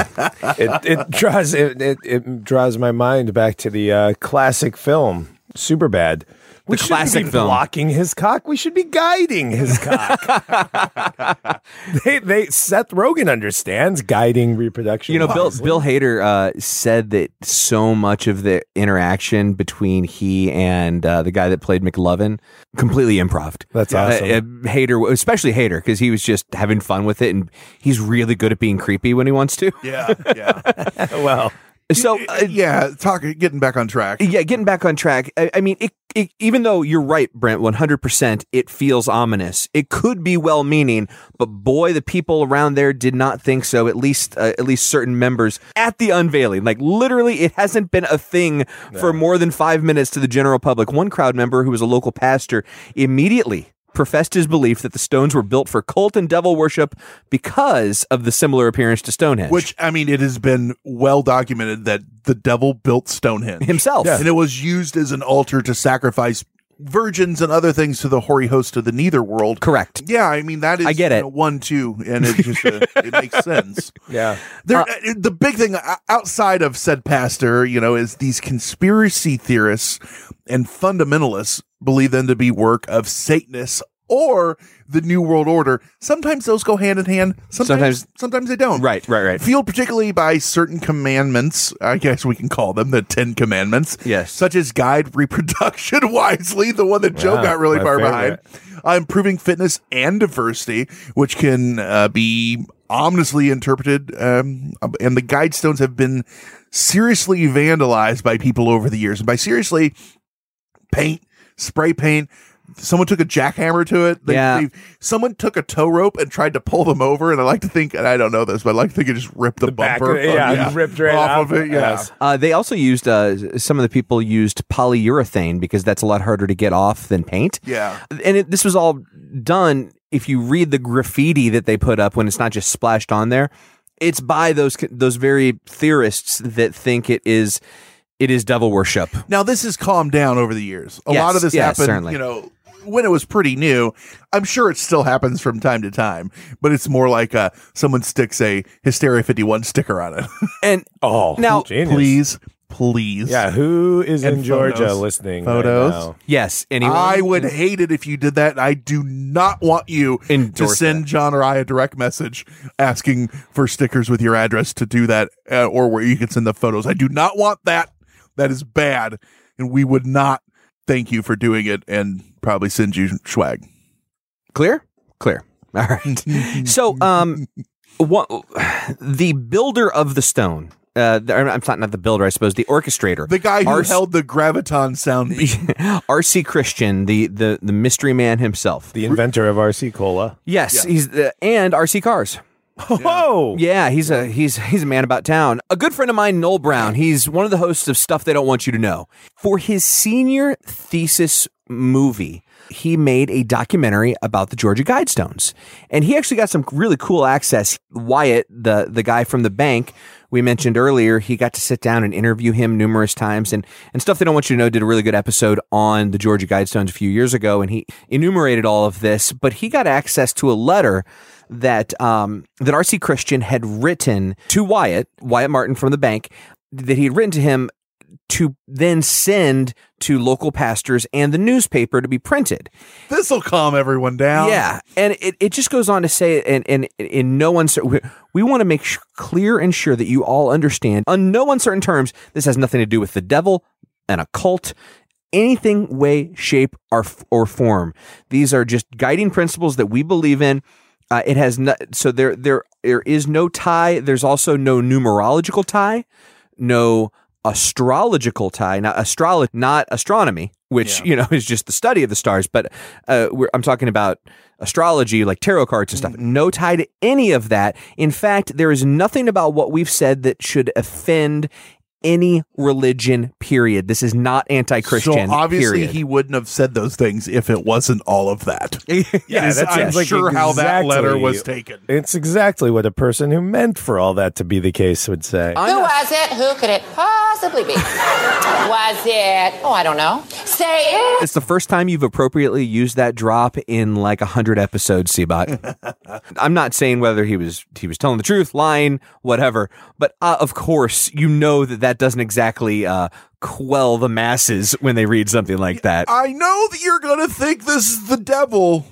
it, it draws it, it, it draws my mind back to the uh, classic film Superbad. We The shouldn't classic be film. blocking his cock. We should be guiding his cock. they, they Seth Rogen understands guiding reproduction. you know, Bill wisely. Bill Hader uh, said that so much of the interaction between he and uh, the guy that played McLovin completely improved. That's awesome. Uh, uh, Hader, especially Hader, because he was just having fun with it, and he's really good at being creepy when he wants to. Yeah, yeah. well, So uh, yeah, talk getting back on track. yeah, getting back on track. I, I mean, it, it, even though you're right, Brent, 100%, it feels ominous. It could be well meaning, but boy, the people around there did not think so, at least uh, at least certain members at the unveiling. Like, literally, it hasn't been a thing for more than five minutes to the general public. One crowd member who was a local pastor immediately professed his belief that the stones were built for cult and devil worship because of the similar appearance to Stonehenge. Which I mean, it has been well documented that the devil built Stonehenge himself, and it was used as an altar to sacrifice virgins and other things to the hoary host of the neither world. Correct. Yeah, I mean that is I get you it. know, one two, and it just uh, it makes sense. Yeah. There, uh, the big thing uh, outside of said pastor, you know, is these conspiracy theorists and fundamentalists believe them to be work of Satanists or the New World Order. Sometimes those go hand in hand. Sometimes, Sometimes- sometimes, they don't. Right, right, right. Fueled particularly by certain commandments, I guess we can call them the Ten Commandments. Yes. Such as guide reproduction wisely, the one that Joe Wow, got really my far favorite. behind. Uh, improving fitness and diversity, which can uh, be ominously interpreted. Um, and the guidestones have been seriously vandalized by people over the years. And by seriously, paint, spray paint. Someone took a jackhammer to it. They, Yeah. they- someone took a tow rope and tried to pull them over. And I like to think, and I don't know this, but I like to think it just ripped the, back bumper of it, yeah, ripped right off out. of it. Yeah. Yes. Uh, they also used uh, some of the people used polyurethane because that's a lot harder to get off than paint. Yeah. and it, this was all done. If you read the graffiti that they put up, when it's not just splashed on there, it's by those those very theorists that think it is it is devil worship. Now this has calmed down over the years. A Yes, lot of this yes, happened, certainly. you know, when it was pretty new. I'm sure it still happens from time to time, but it's more like uh, someone sticks a Hysteria 51 sticker on it. And Oh, Now, genius. please, please. Yeah, who is And in Georgia photos. listening? Photos. Right now? yes, anyone I would hate it if you did that. I do not want you to Endorse send John or I a direct message asking for stickers with your address to do that uh, or where you can send the photos. I do not want that. That is bad. And we would not thank you for doing it and probably send you swag. Clear? Clear. All right. so, um, what, the builder of the stone, uh, the- I'm not, not the builder, I suppose, the orchestrator. The guy who RC held the graviton sound beat. R.C. Christian, the, the, the mystery man himself. The inventor of RC Cola. yes, he's the, and R.C. Cars. Oh, Yeah, he's a he's he's a man about town. A good friend of mine, Noel Brown. He's one of the hosts of Stuff They Don't Want You to Know. For his senior thesis movie, he made a documentary about the Georgia Guidestones, and he actually got some really cool access. Wyatt, the the guy from the bank we mentioned earlier, he got to sit down and interview him numerous times, and and Stuff They Don't Want You to Know did a really good episode on the Georgia Guidestones a few years ago, and he enumerated all of this. But he got access to a letter that um, that RC Christian had written to Wyatt, Wyatt Martin from the bank, that he had written to him to then send to local pastors and the newspaper to be printed. This will calm everyone down. Yeah, and it, it just goes on to say, and and in no uncertain, we, we want to make sh- clear and sure that you all understand, on no uncertain terms, this has nothing to do with the devil and a cult, anything, way, shape, or f- or form. These are just guiding principles that we believe in. Uh, it has no, so there there there is no tie. There's also no numerological tie, no astrological tie. Now, astrology, not astronomy, which you know is just the study of the stars, but uh, we're, I'm talking about astrology, like tarot cards and stuff. Mm. No tie to any of that. In fact, there is nothing about what we've said that should offend any religion. Period. This is not anti-Christian. so obviously period. he wouldn't have said those things if it wasn't all of that. Yeah, Is- that I'm sounds like sure how that letter exactly- was taken. It's exactly what a person who meant for all that to be the case would say. I'm Who not- was it? Who could it possibly be? was it? Oh, I don't know. Say it. It's the first time you've appropriately used that drop in like a hundred episodes, Seabot. I'm not saying whether he was he was telling the truth, lying, whatever, but uh, of course you know that that doesn't exactly uh, quell the masses when they read something like that. I know that you're going to think this is the devil.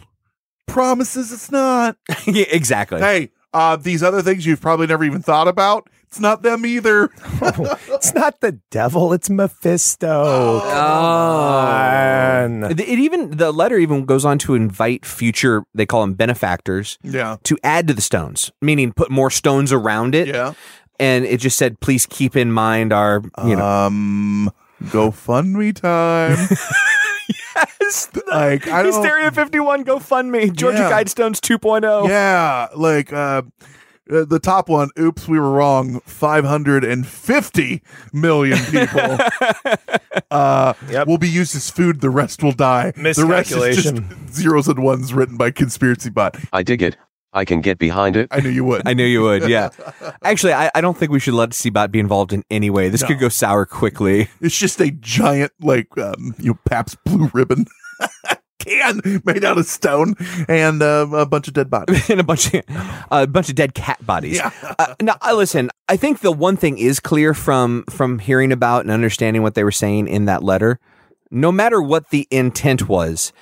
Promises it's not. Yeah, exactly. Hey, uh, these other things you've probably never even thought about, it's not them either. it's not the devil, it's Mephisto. Oh. Come on. It it even the letter even goes on to invite future they call them benefactors Yeah. to add to the stones, meaning put more stones around it. Yeah. And it just said, please keep in mind our you know Um, GoFundMe time. like, I don't, Hysteria 51 GoFundMe, Georgia Yeah. oh. Guidestones 2.0. yeah, like, uh, Uh, the top one, oops, we were wrong. 550 million people uh, will be used as food. The rest will die. The rest is just Miscalculation. zeros and ones written by Conspiracy Bot. I dig it. I can get behind it. I knew you would. I knew you would. Yeah. Actually, I, I don't think we should let Seabot be involved in any way. This No. could go sour quickly. It's just a giant, like, um, you know, Pabst Blue Ribbon can made out of stone and uh, a bunch of dead bodies. and a bunch of a bunch of dead cat bodies. Yeah. Uh, now, I listen. I think the one thing is clear from from hearing about and understanding what they were saying in that letter. No matter what the intent was,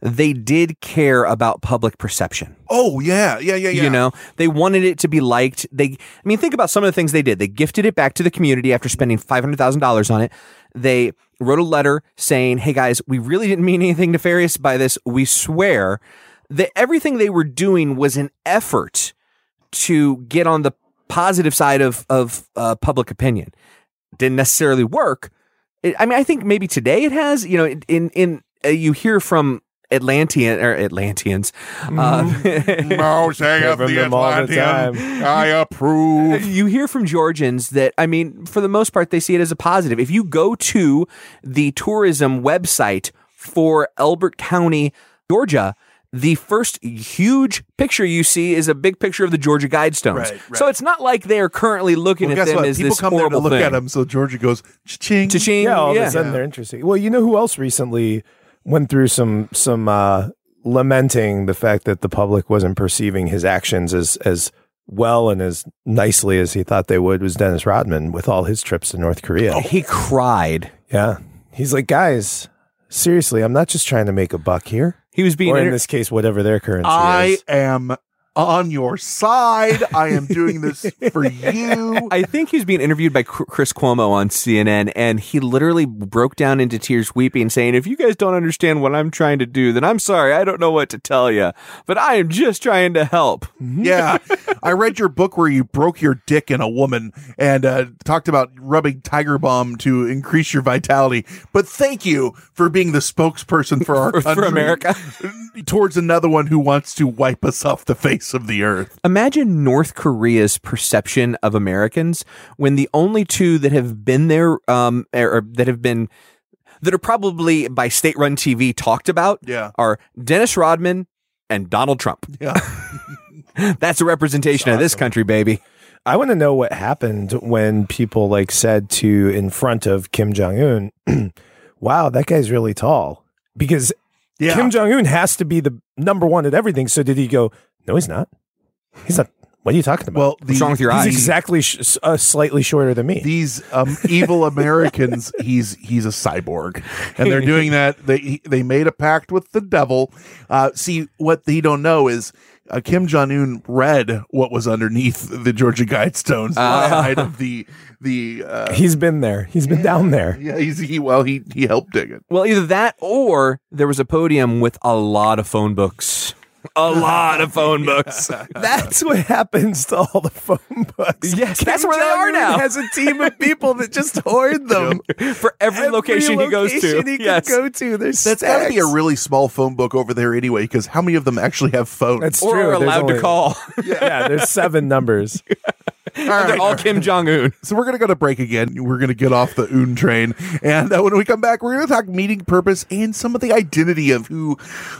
they did care about public perception. Oh, yeah. Yeah, yeah, yeah. You know, they wanted it to be liked. They, I mean, think about some of the things they did. They gifted it back to the community after spending five hundred thousand dollars on it. They wrote a letter saying, "Hey guys, we really didn't mean anything nefarious by this. We swear." That everything they were doing was an effort to get on the positive side of of uh, public opinion. Didn't necessarily work. It, I mean, I think maybe today it has. You know, in in- in uh, you hear from Atlantean or Atlanteans. Uh, Most of the Atlantean, I approve. You hear from Georgians that I mean, for the most part, they see it as a positive. If you go to the tourism website for Elbert County, Georgia. The first huge picture you see is a big picture of the Georgia Guidestones. Right, right. So it's not like they're currently looking Well, at guess them what? as People this come there to horrible look thing. at him. So Georgia goes, ching Cha-ching. yeah, all of yeah. a sudden they're interesting. Well, you know who else recently went through some some uh, lamenting the fact that the public wasn't perceiving his actions as as well and as nicely as he thought they would was Dennis Rodman with all his trips to North Korea. Oh, He cried. Yeah, he's like, guys, seriously, I'm not just trying to make a buck here. He was being or in inter- this case, whatever their currency I is. am on your side. I am doing this for you. I think he was being interviewed by Cr- Chris Cuomo on CNN, and he literally broke down into tears, weeping, saying, "If you guys don't understand what I'm trying to do, then I'm sorry. I don't know what to tell you, but I am just trying to help." Yeah. I read your book where you broke your dick in a woman and uh, talked about rubbing Tiger Bomb to increase your vitality. But thank you for being the spokesperson for our For- for country. America. towards another one who wants to wipe us off the face of the earth. Imagine North Korea's perception of Americans when the only two that have been there, um, or, or that have been that are probably by state-run TV talked about, Yeah. are Dennis Rodman and Donald Trump. Yeah. That's a representation of this country, baby. I want to know what happened when people like said to in front of Kim Jong Un, "Wow, that guy's really tall." Because Yeah. Kim Jong Un has to be the number one at everything. So did he go? No, he's not. He's not. What are you talking about? Well, the, What's wrong with your he's eyes? exactly sh- uh, slightly shorter than me. these um, evil Americans, he's he's a cyborg, and they're doing that. They he- they made a pact with the devil. Uh, see what they don't know is. Uh, Kim Jong Un read what was underneath the Georgia Guidestones Ah. Uh-huh. side of the the uh, he's been there. He's been down there. yeah he's, he well he he helped dig it Well, either that or there was a podium with a lot of phone books. A lot of phone books. That's what happens to all the phone books. Yes, that's where they are Jong-un now. Has a team of people that just hoard them. For every, location, he goes to. He yes. can go to. There's that's got to be a really small phone book over there anyway because how many of them actually have phones That's or true. are There's allowed to only- call. yeah, there's seven numbers. All right. They're all Kim Jong Un. So we're gonna go to break again. We're gonna get off the Oon train, and uh, when we come back, we're gonna talk meeting purpose and some of the identity of who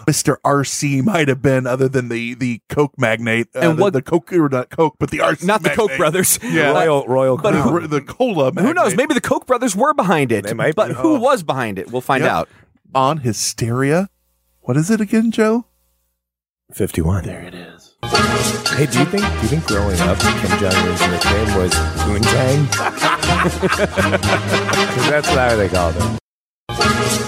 Mister RC might have been, other than the the Coke magnate uh, And the- what- the, Coke or not Coke, but the RC, Not the Koch magnate. brothers. Yeah. Royal, Royal But Crown. the, the cola. Magnate. Who knows? Maybe the Koch brothers were behind it. They might but be. Oh. who was behind it? We'll find Yep. out. on hysteria. What is it again, Joe? 51. There it is. Hey, do you think do you think growing up Kim Jong Un's nickname was Oontang? Because that's how they called him.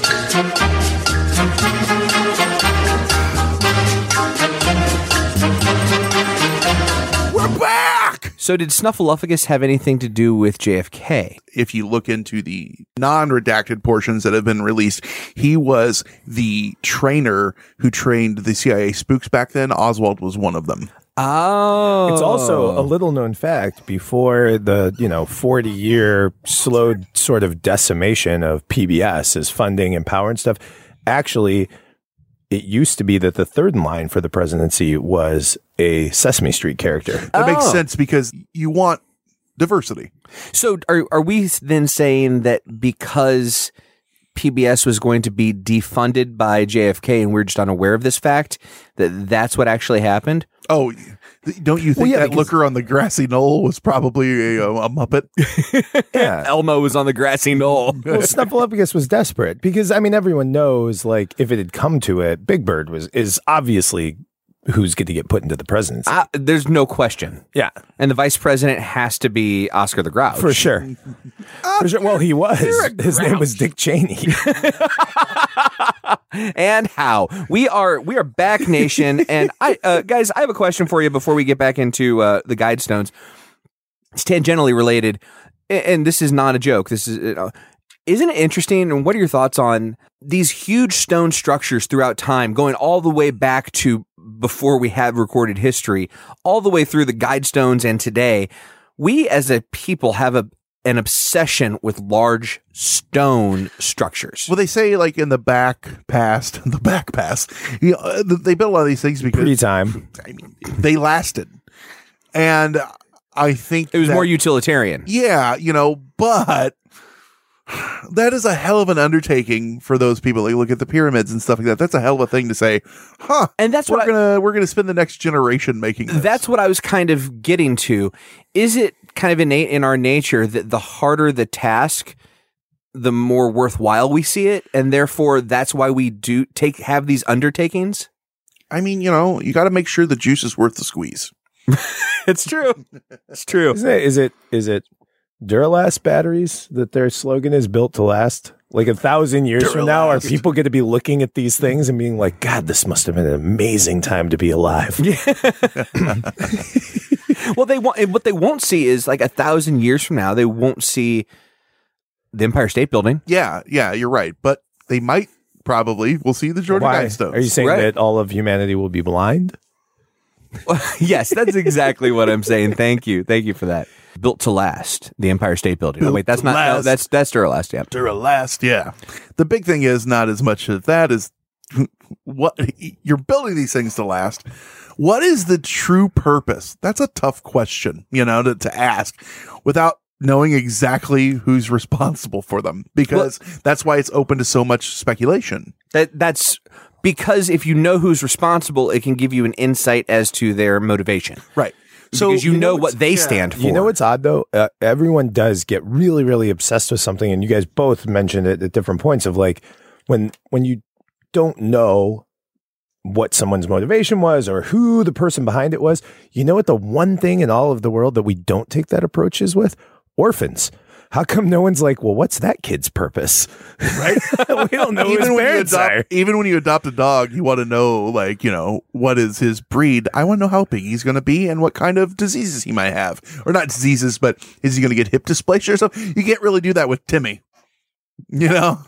We're back. So, did Snuffleupagus have anything to do with JFK? If you look into the non-redacted portions that have been released, he was the trainer who trained the CIA spooks back then. Oswald was one of them. Oh. It's also a little known fact before the you know forty year slowed sort of decimation of PBS as funding and power and stuff. Actually, it used to be that the third in line for the presidency was a Sesame Street character. That Oh. makes sense because you want diversity. So are are we then saying that because PBS was going to be defunded by JFK and we're just unaware of this fact that that's what actually happened? Oh, th- don't you think yeah, that because- looker on the grassy knoll was probably a, a, a Muppet? Yeah. Elmo was on the grassy knoll. well, Snuffleupagus was desperate because I mean everyone knows like if it had come to it, Big Bird was is obviously who's going to get put into the presidency. I, there's no question. Yeah. And the vice president has to be Oscar the Grouch. For sure. For sure. Well, he was. His name was Dick Cheney. and how we are we are back nation and i uh, guys i have a question for you before we get back into uh, the guidestones it's tangentially related a- and this is not a joke this is uh, isn't it interesting and what are your thoughts on these huge stone structures throughout time going all the way back to before we have recorded history all the way through the guidestones and today we as a people have a an obsession with large stone structures. Well, they say like in the back past, the back past. You know, uh, th- they built a lot of these things because Pretty time. I mean, they lasted, and I think It was that- more utilitarian. Yeah, you know, but that is a hell of an undertaking for those people. Like, look at the pyramids and stuff like that. That's a hell of a thing to say, huh? And that's we're what I- gonna we're gonna spend the next generation making. This. That's what I was kind of getting to. Is it kind of innate in our nature that the harder the task, the more worthwhile we see it, and therefore that's why we do take have these undertakings? I mean, you know, you got to make sure the juice is worth the squeeze. It's true. It's true. Isn't it, is it is it Duralast batteries that their slogan is built to last? Like a thousand years from now, are Duralast. people going to be looking at these things and being like, "God, this must have been an amazing time to be alive"? Well, they want what they won't see is like a thousand years from now, they won't see the Empire State Building. Yeah, yeah, you're right. But they might probably we'll see the Georgia Why? Guidestones. Are you saying Right. that all of humanity will be blind? yes, that's exactly what I'm saying. Thank you, thank you for that. Built to last, the Empire State Building. Oh, Built wait, that's to not. no, last. that's that's Duralast. Yeah. After a last, yeah. The big thing is not as much as that is what you're building these things to last. What is the true purpose? That's a tough question, you know, to, to ask without knowing exactly who's responsible for them because that's why it's open to so much speculation. That that's because if you know who's responsible, it can give you an insight as to their motivation. Right. So because you, know, what it's- they yeah. stand for. You know what's odd though? Uh, everyone does get really, really obsessed with something, and you guys both mentioned it at different points of like when when you don't know what someone's motivation was or who the person behind it was. You know what the one thing in all of the world that we don't take that approach is with orphans. How come no one's like, well, what's that kid's purpose? Right? we don't know who his even, when you parents are. adopt, even when you adopt a dog, you want to know, like, you know, what is his breed? I want to know how big he's going to be and what kind of diseases he might have. Or not diseases, but is he going to get hip dysplasia or something? You can't really do that with Timmy. You know?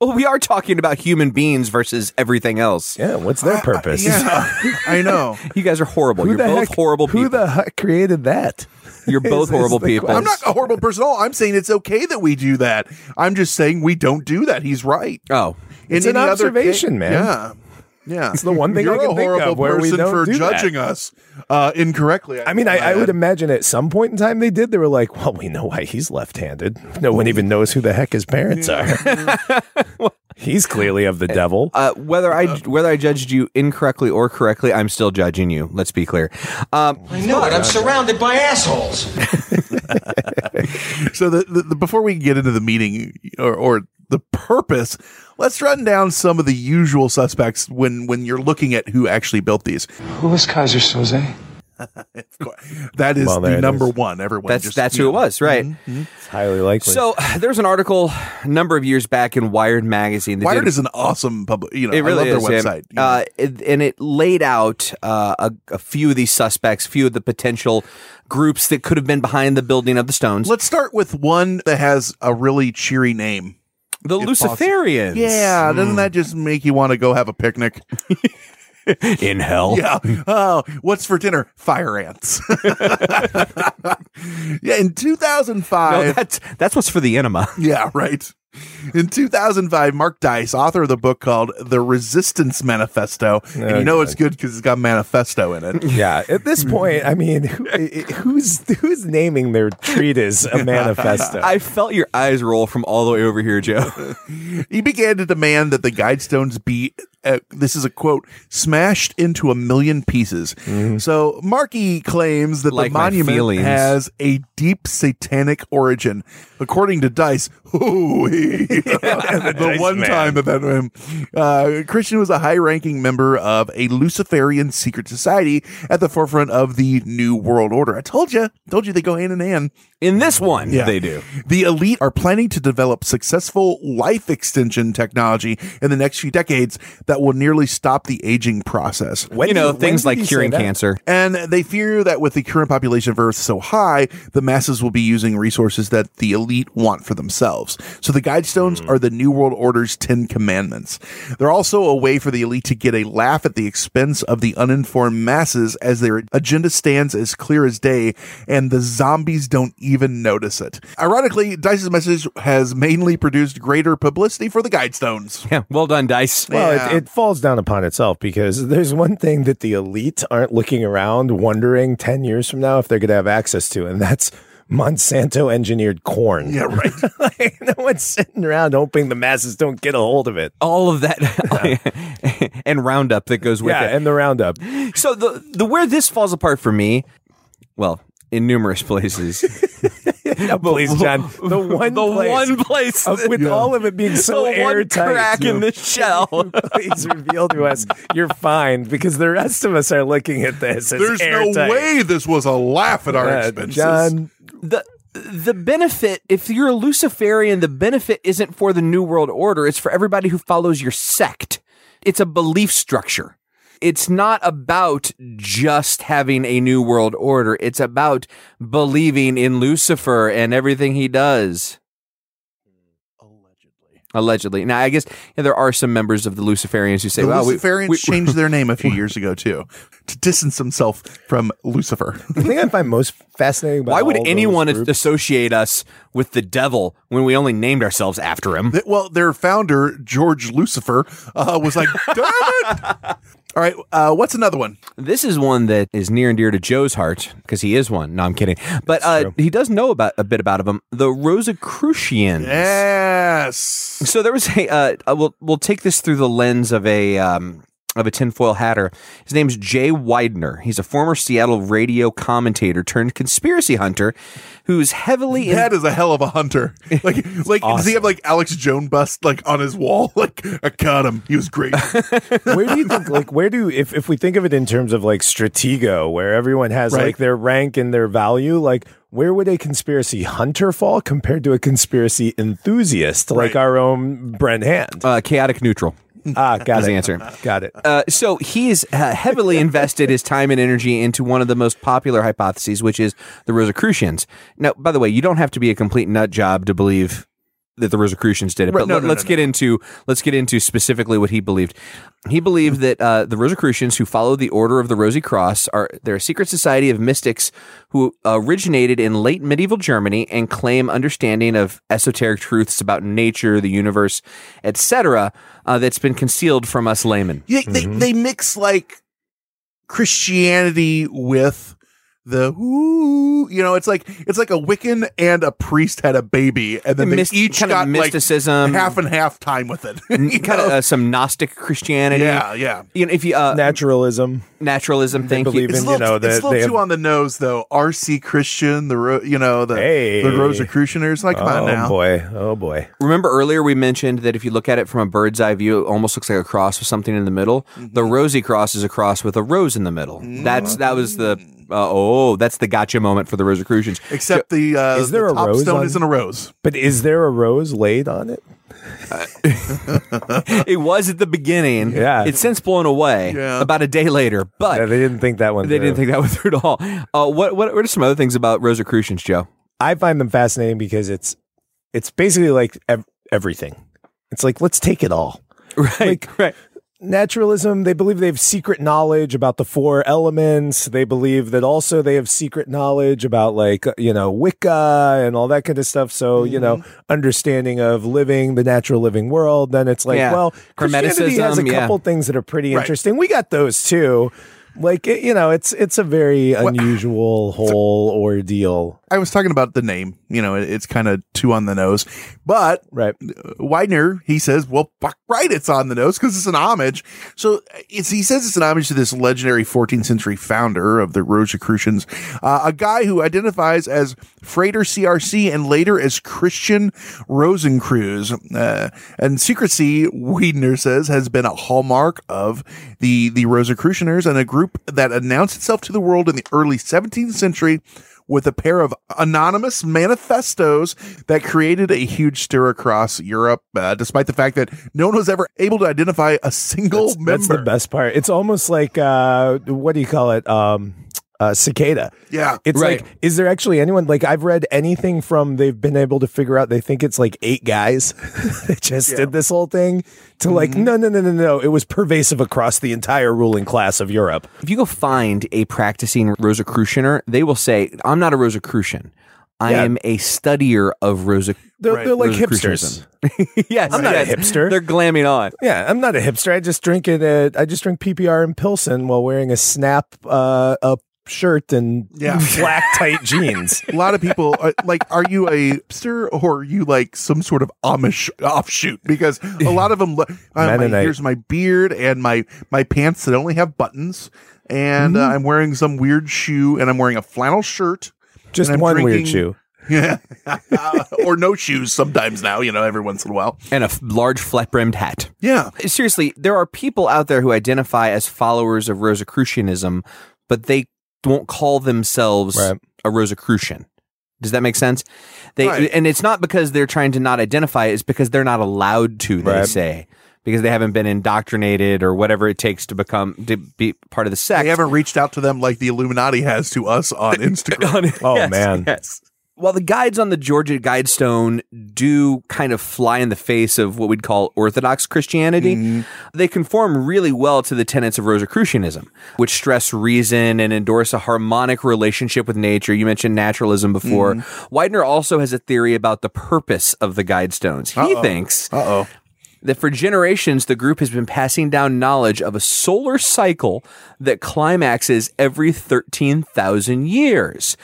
well, we are talking about human beings versus everything else. Yeah, what's their purpose? Yeah, I know. You guys are horrible. Who You're the both heck- horrible Who people. the heck created that? You're both is horrible the people. question. I'm not a horrible person at all. I'm saying it's okay that we do that. I'm just saying we don't do that. He's right. oh, In It's an any other observation, ca- man. Yeah. Yeah. It's the one thing I You're can a think horrible of where we person don't for do that. judging us uh, incorrectly. I mean, I, think, I my would head. imagine at some point in time they did. They were like, well, we know why he's left handed. No one even knows who the heck his parents are. he's clearly of the devil. Uh, whether I whether I judged you incorrectly or correctly, I'm still judging you. Let's be clear. Um, I know it. I'm surrounded by assholes. so the, the, the before we get into the meeting or, or the purpose let's run down some of the usual suspects when when you're looking at who actually built these Who was Kaiser Soze? Of course, that is Well, there the it number is. one everyone Mm-hmm, that's just- that's who yeah. it was, right? It's highly likely. So there's an article a number of years back in Wired magazine. that wired did- is an awesome public you know It really I love is. their Sam. website Uh, it- and it laid out uh, a, a few of these suspects, few of the potential groups that could have been behind the building of the stones. let's start with one that has a really cheery name the if possible. Luciferians. Hmm. yeah doesn't that just make you want to go have a picnic In hell. Yeah. Oh, what's for dinner? Fire ants. yeah, in 2005. No, that's that's what's for the enema. yeah, right. In 2005, Mark Dice, author of the book called The Resistance Manifesto, and you know it's good because it's got manifesto in it. Yeah, at this point, I mean, who, who's who's naming their treatise a manifesto? I felt your eyes roll from all the way over here, Joe. he began to demand that the Guidestones be, uh, this is a quote, smashed into a million pieces. Mm-hmm. So Markey claims that Like the my monument feelings. has a deep satanic origin. According to Dice, hoo-wee. the Dice one man. time that that um, uh, Christian was a high ranking member of a Luciferian secret society at the forefront of the New World Order. I told you, told you they go hand in hand. In this one, they do. The elite are planning to develop successful life extension technology in the next few decades that will nearly stop the aging process. you know, things like curing cancer. And they fear that with the current population of Earth so high, the masses will be using resources that the elite want for themselves. So the Guidestones Hmm. are the New World Order's Ten Commandments. They're also a way for the elite to get a laugh at the expense of the uninformed masses as their agenda stands as clear as day and the zombies don't even notice it. Ironically, Dice's message has mainly produced greater publicity for the Guidestones. Yeah, well done, Dice. Well, Yeah. it, it falls down upon itself because there's one thing that the elite aren't looking around wondering 10 years from now if they're going to have access to, and that's Monsanto engineered corn. Yeah, right. like, no one's sitting around hoping the masses don't get a hold of it. All of that and Roundup that goes with Yeah, it. and the Roundup. so the the where this falls apart for me, well, in numerous places. No, please, John. The one the place. one place of- with that- all of it being so the airtight. one crack so in the shell. Please reveal to us you're fine because the rest of us are looking at this. As There's no airtight. way this was a laugh at our Uh, expenses. John, the the benefit if you're a luciferian the benefit isn't for the new world order it's for everybody who follows your sect it's a belief structure it's not about just having a new world order it's about believing in lucifer and everything he does Hmm. allegedly now i guess yeah, there are some members of the luciferians who say the well we- Luciferians we, changed their name a few years ago too to distance himself from Lucifer. the thing I find most fascinating about why would all those anyone groups- associate us with the devil when we only named ourselves after him Th- well, their founder George Lucifer uh, was like, "Damn it!" All right, uh, what's another one? This is one that is near and dear to Joe's heart because he is one. No, I'm kidding. But uh, he does know about a bit about them. The Rosicrucians. Yes, So there was a. Uh, uh, we'll we'll take this through the lens of a um, of a tinfoil hatter. His name's Jay Widener. He's a former Seattle radio commentator turned conspiracy hunter, who's heavily in- that is a hell of a hunter. Like, like does he have like Alex Joan bust like on his wall? Like, I caught him. He was great. where do you think like where do if, if we think of it in terms of like stratego where everyone has Right. like their rank and their value like where would a conspiracy hunter fall compared to a conspiracy enthusiast like Right. our own brent hand uh, chaotic neutral. ah got Is it the answer. got it Uh, so he's uh, heavily invested his time and energy into one of the most popular hypotheses, which is the Rosicrucians. Now, by the way, you don't have to be a complete nut job to believe that the Rosicrucians did it. Right, But no, let, no, no, us no. get into let's get into specifically what he believed. He believed that uh, the Rosicrucians, who follow the Order of the Rosy Cross, are they're a secret society of mystics who originated in late medieval Germany and claim understanding of esoteric truths about nature, the universe, etc. Uh, that's been concealed from us laymen. Yeah, they, they mix like Christianity with the ooh, you know, it's like it's like a Wiccan and a priest had a baby, and then they Myst- each kind of got mysticism. like half and half time with it. You kind of know? uh, some Gnostic Christianity. yeah, yeah. You know, if you uh, naturalism naturalism, thank believe you. It's a And, little, you know, it's a that little they too have- on the nose though. RC Christian, the ro- you know the Hey. the Rosicrucianers, like come oh on now. boy oh boy Remember earlier we mentioned that if you look at it from a bird's eye view, it almost looks like a cross with something in the middle. The Mm-hmm. rosy cross is a cross with a rose in the middle. That's that was the Mm. uh, oh, that's the gotcha moment for the Rosicrucians. Except the uh, Is there the a top rose stone on- isn't a rose. but is there a rose laid on it It was at the beginning. Yeah. it's since blown away. Yeah. about a day later, but yeah, they didn't think that one they through. didn't think that was through at all. Uh, what, what what are some other things about Rosicrucians, Joe? I find them fascinating because it's it's basically like ev- everything. It's like let's take it all. Right, Like- right. naturalism. They believe they have secret knowledge about the four elements. They believe that also they have secret knowledge about like, uh, you know, Wicca and all that kind of stuff. So, you know, Mm-hmm. understanding of living the natural living world. Then it's like, Yeah. well, Christianity has a Hermeticism, yeah. couple things that are pretty Right. interesting. We got those too. Like, it, you know, it's, it's a very unusual whole ordeal. I was talking about the name. You know, it- it's kind of too on the nose, but right. Widener he says, "Well, fuck right, it's on the nose because it's an homage." So it's he says it's an homage to this legendary 14th century founder of the Rosicrucians, uh, a guy who identifies as Freighter CRC and later as Christian Rosencruz. Uh, and secrecy, Widener says, has been a hallmark of the the Rosicrucianers and a group that announced itself to the world in the early 17th century with a pair of anonymous manifestos that created a huge stir across Europe, uh, despite the fact that no one was ever able to identify a single member. That's the best part. It's almost like uh, what do you call it? Um, uh, cicada. Yeah. It's Right. like, is there actually anyone? Like, I've read anything from they've been able to figure out. They think it's like eight guys that just did this whole thing. To like, no, no, no, no, no. It was pervasive across the entire ruling class of Europe. If you go find a practicing Rosicrucianer, they will say, "I'm not a Rosicrucian. I Yeah. am a studier of Rosic." They're, they're like hipsters. Rosicrucianism." yes, I'm not yes. a hipster. They're glamming on. Yeah, I'm not a hipster. I just drink it. At, I just drink PPR and Pilsen while wearing a snap uh, up shirt and Yeah. black tight jeans. a lot of people are, like, are you a hipster or are you like some sort of Amish offshoot? Because a lot of them, look, uh, my, Mennonite. here's my beard and my my pants that only have buttons, and Mm-hmm. uh, I'm wearing some weird shoe, and I'm wearing a flannel shirt. Just and I'm one weird drinking- shoe. Yeah, or no shoes sometimes now. You know, every once in a while. and a f- large flat brimmed hat. Yeah. Seriously, there are people out there who identify as followers of Rosicrucianism, but they won't call themselves Right. a Rosicrucian. Does that make sense? They Right. and it's not because they're trying to not identify, it's because they're not allowed to, they Right. say. Because they haven't been indoctrinated or whatever it takes to become to be part of the sect. They haven't reached out to them like the Illuminati has to us on Instagram. Oh Yes, man. Yes. While the guides on the Georgia Guidestone do kind of fly in the face of what we'd call Orthodox Christianity, Mm-hmm. they conform really well to the tenets of Rosicrucianism, which stress reason and endorse a harmonic relationship with nature. You mentioned naturalism before. Mm-hmm. Widener also has a theory about the purpose of the Guidestones. He thinks Uh-oh. that for generations the group has been passing down knowledge of a solar cycle that climaxes every 13,000 years.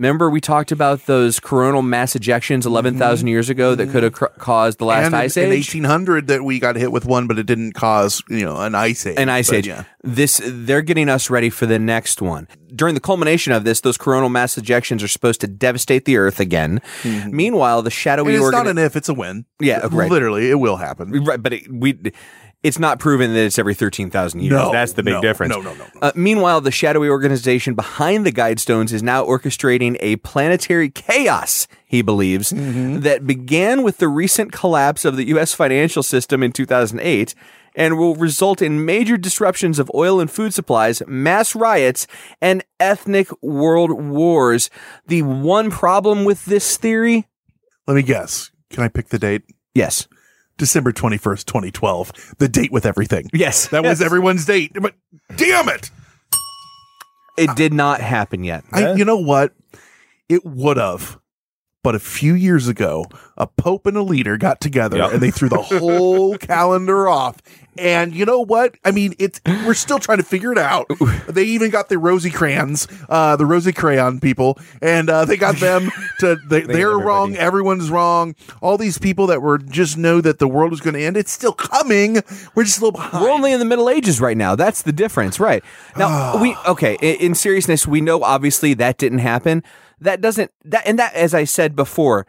Remember we talked about those coronal mass ejections 11,000 years ago that could have cr- caused the last Mm-hmm. and in- ice in, age? 1800 that we got hit with one, but it didn't cause you know an ice age. an ice But, age. yeah. This they're getting us ready for the next one. During the culmination of this, those coronal mass ejections are supposed to devastate the Earth again. Meanwhile, the shadowy Mm-hmm. And it's not organi- an if, it's a when. Yeah, right. literally, it will happen. Right, but it, we, it's not proven that it's every 13,000 years. No, That's the big no, difference. no, no, no, Uh, meanwhile, the shadowy organization behind the Guidestones is now orchestrating a planetary chaos, he believes, Mm-hmm. that began with the recent collapse of the U.S. financial system in 2008 and will result in major disruptions of oil and food supplies, mass riots, and ethnic world wars. The one problem with this theory? Let me guess. Can I pick the date? Yes. December 21st, 2012. The date with everything. Yes. That was everyone's date. But damn it. It did not happen yet. I, you know what? It would have. But a few years ago, a pope and a leader got together Yeah. and they threw the whole calendar off. And you know what? I mean, it's we're still trying to figure it out. They even got the Rosicrans, uh, the Rosicrayon people, and uh, they got them to they, they're wrong. Everyone's wrong. All these people that were just know that the world was going to end. It's still coming. We're just a little behind. We're only in the Middle Ages right now. That's the difference, right? Now we okay. i- In, seriousness, we know obviously that didn't happen. That doesn't that and that as I said before,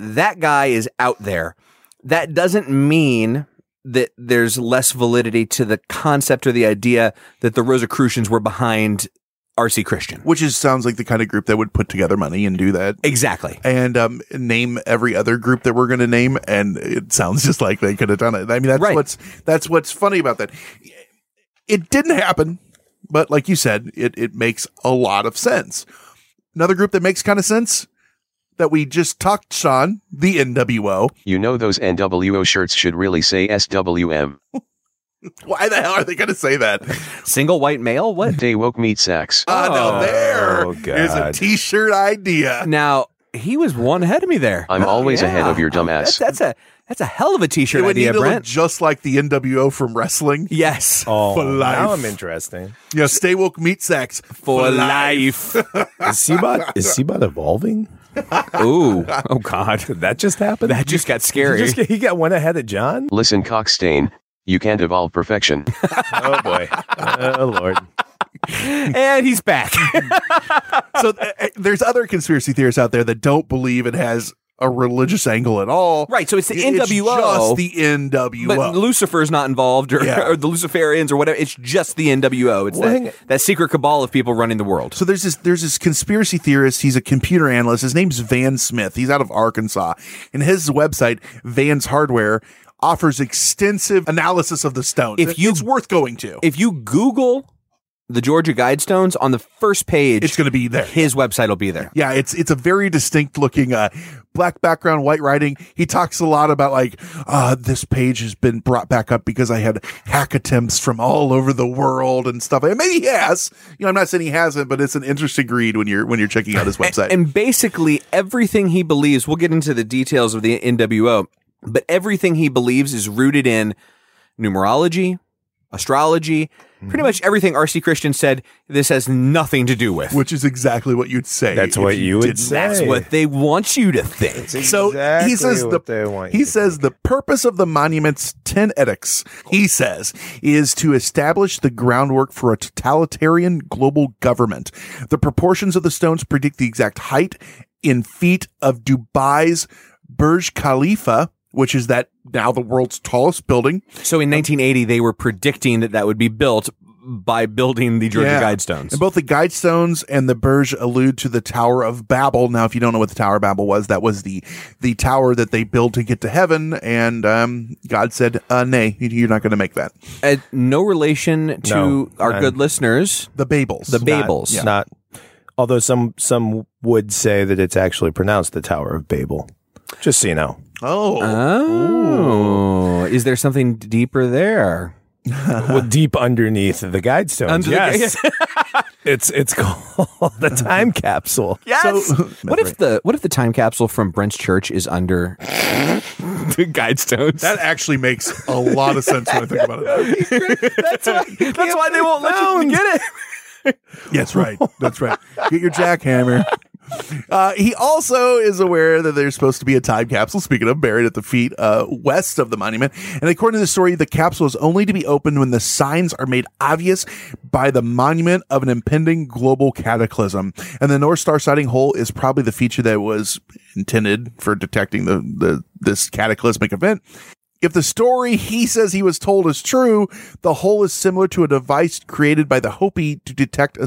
that guy is out there. That doesn't mean that there's less validity to the concept or the idea that the Rosicrucians were behind RC Christian. which is sounds like the kind of group that would put together money and do that. Exactly. and um, name every other group that we're going to name, and it sounds just like they could have done it. I mean, that's Right. what's that's what's funny about that. It didn't happen, but like you said, it it makes a lot of sense. Another group that makes kind of sense that we just touched on, the NWO. You know those NWO shirts should really say SWM. Why the hell are they going to say that? Single white male? What? Day woke meat sacks. Ah, now there Oh, is a God. t-shirt idea. Now he was one ahead of me there. Oh, I'm always ahead of your That's, dumbass. that's a that's a hell of a t-shirt it would idea, need to Brent. look just like the NWO from wrestling. yes, Oh, For life. now I'm interesting. Yeah, stay woke meat sacks for life. Is Seabot is Seabot evolving? Ooh, oh God, Did that just happen? that just got He scary. just- he got one ahead of John. Listen, Cockstain, you can't evolve perfection. Oh boy. oh lord. and he's back. so uh, uh, there's other conspiracy theorists out there that don't believe it has a religious angle at all. Right, so it's the NWO. just the NWO. but Lucifer's not involved, or, Yeah. or the Luciferians, or whatever. It's just the NWO. It's Well, hang on. that, that secret cabal of people running the world. so there's this there's this conspiracy theorist. He's a computer analyst. His name's Van Smith. He's out of Arkansas, and his website Van's Hardware offers extensive analysis of the stone. If you- it's worth going to, if you Google the Georgia Guidestones on the first page, it's going to be there. his website will be there. Yeah, it's it's a very distinct looking uh black background, white writing. He talks a lot about like uh this page has been brought back up because I had hack attempts from all over the world and stuff. And maybe he has. You know, I'm not saying he hasn't, but it's an interesting read when you're when you're checking out his website. And basically, everything he believes, we'll get into the details of the NWO, but everything he believes is rooted in numerology, astrology, Mm-hmm. pretty much everything R.C. Christian said this has nothing to do with. which is exactly what you'd say. That's if what you would didn't- say. That's what they want you to think. So he says the he says the purpose of the monument's ten edicts, he says, is to establish the groundwork for a totalitarian global government. The proportions of the stones predict the exact height in feet of Dubai's Burj Khalifa, which is that now the world's tallest building. So in 1980, they were predicting that that would be built by building the Georgia Yeah. Guidestones. And both the Guidestones and the Burj allude to the Tower of Babel. Now, if you don't know what the Tower of Babel was, that was the the tower that they built to get to heaven. And um, God said, uh, "Nay, you- you're not going to make that." Uh, no relation to No, our none. good listeners, The Babels. the Babels. It's not although some some would say that it's actually pronounced the Tower of Babel. Just so you know. oh, Oh, is there something deeper there? well, deep underneath the guidestones. Under the yes. it's it's Oh, called the time capsule. Yes. what if the what if the time capsule from Brent's church is under the guidestones? that actually makes a lot of sense when I think about it. that's why, that's why they won't let you get it. Yes, right. That's right. Get your jackhammer. Uh, he also is aware that there's supposed to be a time capsule, speaking of, buried at the feet uh, west of the monument. And according to the story, the capsule is only to be opened when the signs are made obvious by the monument of an impending global cataclysm. And the North Star sighting hole is probably the feature that was intended for detecting the, the this cataclysmic event. If the story he says he was told is true, the hole is similar to a device created by the Hopi to detect a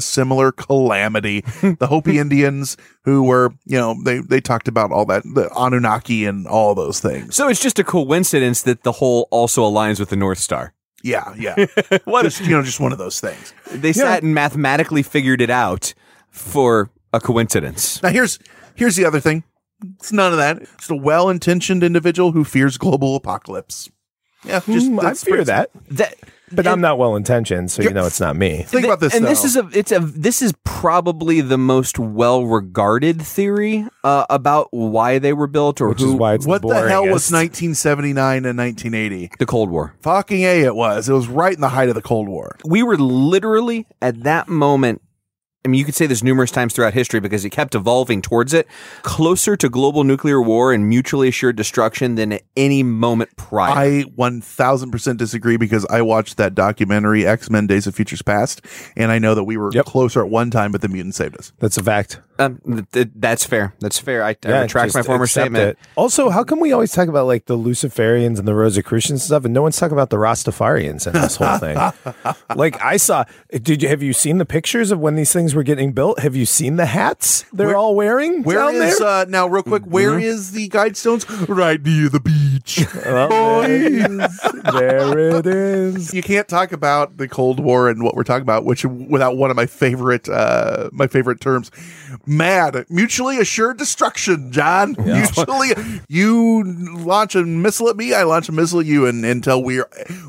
similar calamity. the Hopi Indians, who were, you know, they, they talked about all that, the Anunnaki and all those things. So it's just a coincidence that the hole also aligns with the North Star. Yeah, yeah. just, you know, just one of those things. They sat and mathematically figured it out for a coincidence. Now here's here's the other thing. It's none of that. It's a well-intentioned individual who fears global apocalypse. Yeah, just Hmm, I that's fear pretty- that. That But I'm not well intentioned, so you know it's not me. Think about this. and this though. is a it's a this is probably the most well regarded theory uh, about why they were built or Which who is why it's what the, the hell was boringest. 1979 and 1980? the Cold War. Fucking A, it was. It was right in the height of the Cold War. We were literally at that moment. I mean, you could say this numerous times throughout history because it kept evolving towards it, closer to global nuclear war and mutually assured destruction than at any moment prior. I 1000% disagree because I watched that documentary, X Men Days of Futures Past, and I know that we were closer at one time, but the mutant saved us. That's a fact. um, th- th- that's fair. That's fair. I, I retract just my former accept statement. it. Also, how come we always talk about like the Luciferians and the Rosicrucians and stuff, and no one's talking about the Rastafarians in this whole thing? like, I saw. Did you have you seen the pictures of when these things were getting built? Have you seen the hats they're Where- all wearing Where down is, there? uh, now, real quick, Mm-hmm. Where is the Guidestones? Right near the beach. Oh, Well, there, there it is. you can't talk about the Cold War and what we're talking about, which without one of my favorite, uh, my favorite terms, mad. Mutually assured destruction, John. Yeah. Mutually, you launch a missile at me, I launch a missile at you, and until we are,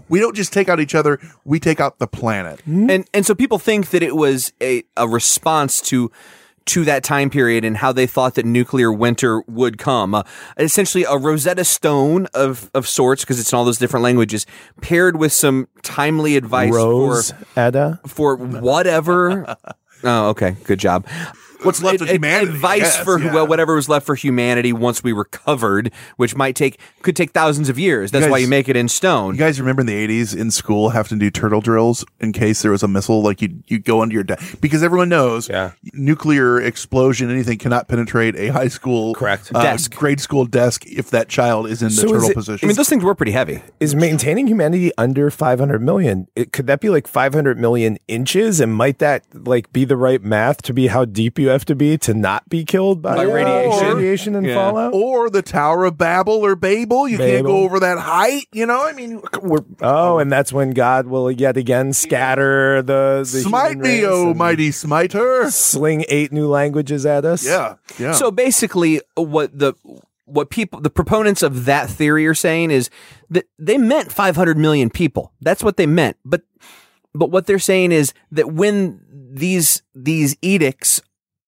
we don't just take out each other, we take out the planet. And and so people think that it was a, a response to to that time period and how they thought that nuclear winter would come. Uh, essentially a Rosetta Stone of of sorts because it's in all those different languages paired with some timely advice Rose for Edda. for whatever. oh, okay. Good job. What's left of humanity, Advice yes, for yeah. well, whatever was left for humanity once we recovered, which might take could take thousands of years. That's guys- why you make it in stone. You guys remember in the eighties in school having to do turtle drills in case there was a missile, like you you go under your desk because everyone knows nuclear explosion, anything cannot penetrate a high school uh, Correct. Desk. grade school desk if that child is in the So is turtle it- I position. mean, those things were pretty heavy. Is maintaining humanity under 500 million? It, could that be like 500 million inches? And might that like be the right math to be how deep you have to be to not be killed by, By uh, radiation. radiation and Yeah. fallout? or the Tower of Babel or Babel, you can't Babel. go over that height. You know, I mean, we're Oh, and that's when God will yet again scatter the, the smite human me, race oh and mighty smiter. sling eight new languages at us. Yeah, yeah. So basically, what the what people the proponents of that theory are saying is that they meant 500 million people. That's what they meant. But but what they're saying is that when these these edicts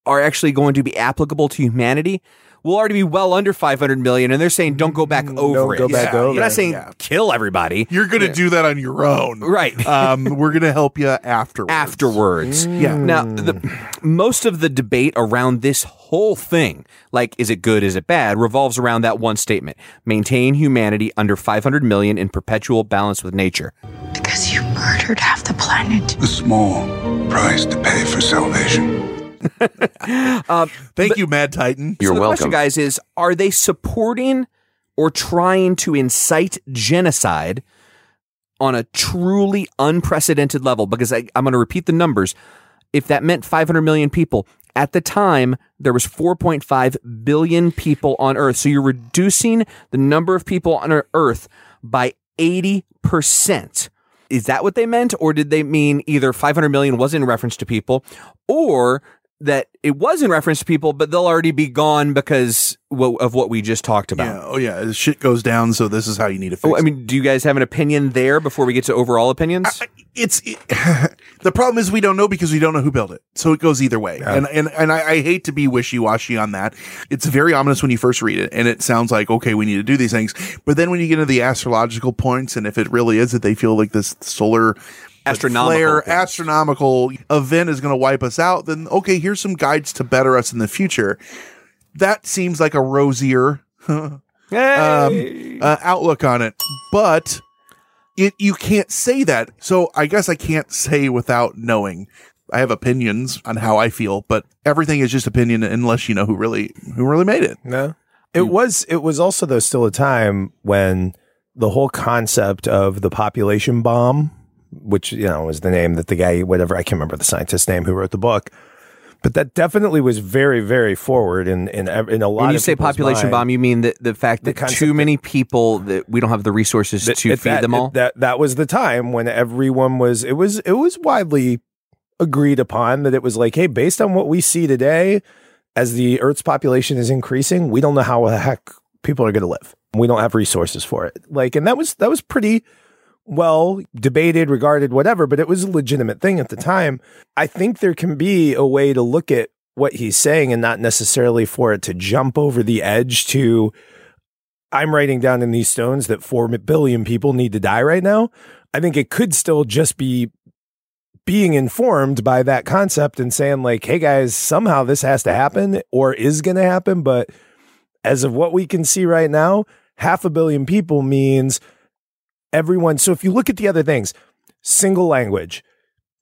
are actually going to be applicable to humanity, we'll already be well under 500 million. And they're saying don't go back over go it. back Yeah, over. You're not it. saying kill everybody. you're gonna do that on your own, Right. um, we're gonna help you afterwards. Mm. afterwards. Yeah. Now, the, most of the debate around this whole thing, like is it good, is it bad, revolves around that one statement: maintain humanity under 500 million in perpetual balance with nature. Because you murdered half the planet. A small price to pay for salvation. Thank you, Mad Titan. You're Um, so the welcome. question, guys, is: Are they supporting or trying to incite genocide on a truly unprecedented level? Because I, I'm going to repeat the numbers. If that meant 500 million people at the time, there was 4.5 billion people on Earth. So you're reducing the number of people on Earth by 80 percent. Is that what they meant, or did they mean either 500 million was in reference to people, or that it was in reference to people, but they'll already be gone because wo- of what we just talked about? Yeah. Oh yeah. this Shit goes down. So this is how you need to fix. Oh, I mean, do you guys have an opinion there before we get to overall opinions? it. it's it, the problem is we don't know because we don't know who built it. So it goes either way. And and and I, I hate to be wishy washy on that. It's very ominous when you first read it, and it sounds like okay, we need to do these things. But then when you get into the astrological points, and if it really is that they feel like this solar Astronomical flare, things. astronomical event is going to wipe us out, then okay, here's some guides to better us in the future. That seems like a rosier um, uh, outlook on it, but it you can't say that. So I guess I can't say without knowing. I have opinions on how I feel, but everything is just opinion unless you know who really who really made it. No. It was it was also though still a time when the whole concept of the population bomb, which you know was the name that the guy whatever I can't remember the scientist's name who wrote the book, but that definitely was very very forward in in ev- in a lot. when you of say people's population mind. bomb, you mean the, the fact The that concept too many people that we don't have the resources Th- to at feed that- them all. That that was the time when everyone was it was it was widely agreed upon that it was like, hey, based on what we see today, as the Earth's population is increasing, we don't know how the heck people are going to live. We don't have resources for it. Like, and that was that was pretty well debated, regarded, whatever. But it was a legitimate thing at the time. I think there can be a way to look at what he's saying and not necessarily for it to jump over the edge to I'm writing down in these stones that 4 billion people need to die right now. I think it could still just be being informed by that concept and saying, like, hey guys, somehow this has to happen or is going to happen. But as of what we can see right now, half a billion people means everyone. So if you look at the other things, single language,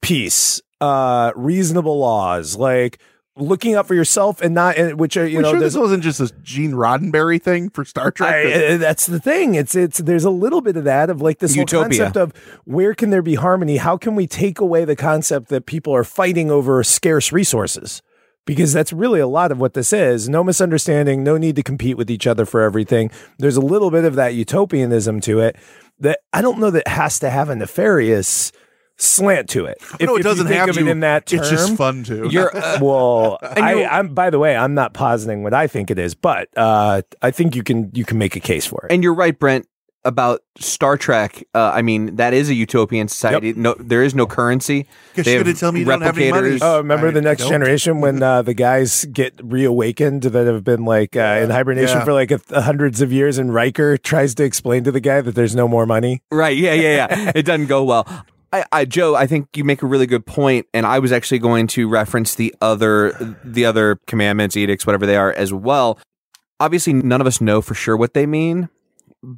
peace, uh, reasonable laws, like looking out for yourself and not, and which are, you You know, sure there's this wasn't just a Gene Roddenberry thing for Star Trek. I, uh, that's the thing. It's it's there's a little bit of that of like this whole Utopia. concept of where can there be harmony? How can we take away the concept that people are fighting over scarce resources? Because that's really a lot of what this is. No misunderstanding, no need to compete with each other for everything. There's a little bit of that utopianism to it that I don't know that has to have a nefarious slant to it. No, it doesn't think have of it to. in that term, It's just fun to. You're, well, And I, you're- I'm. By the way, I'm not positing what I think it is, but uh, I think you can you can make a case for it. And you're right, Brent, about Star Trek. Uh, I mean, that is a utopian society. No, there is no currency. They have replicators. Oh, remember the next generation when uh, the guys get reawakened that have been like uh, in hibernation Yeah. for like a, a hundreds of years, and Riker tries to explain to the guy that there's no more money. Right. Yeah. Yeah. Yeah. it doesn't go well. I, I, Joe, I think you make a really good point, and I was actually going to reference the other, the other commandments, edicts, whatever they are, as well. Obviously, none of us know for sure what they mean,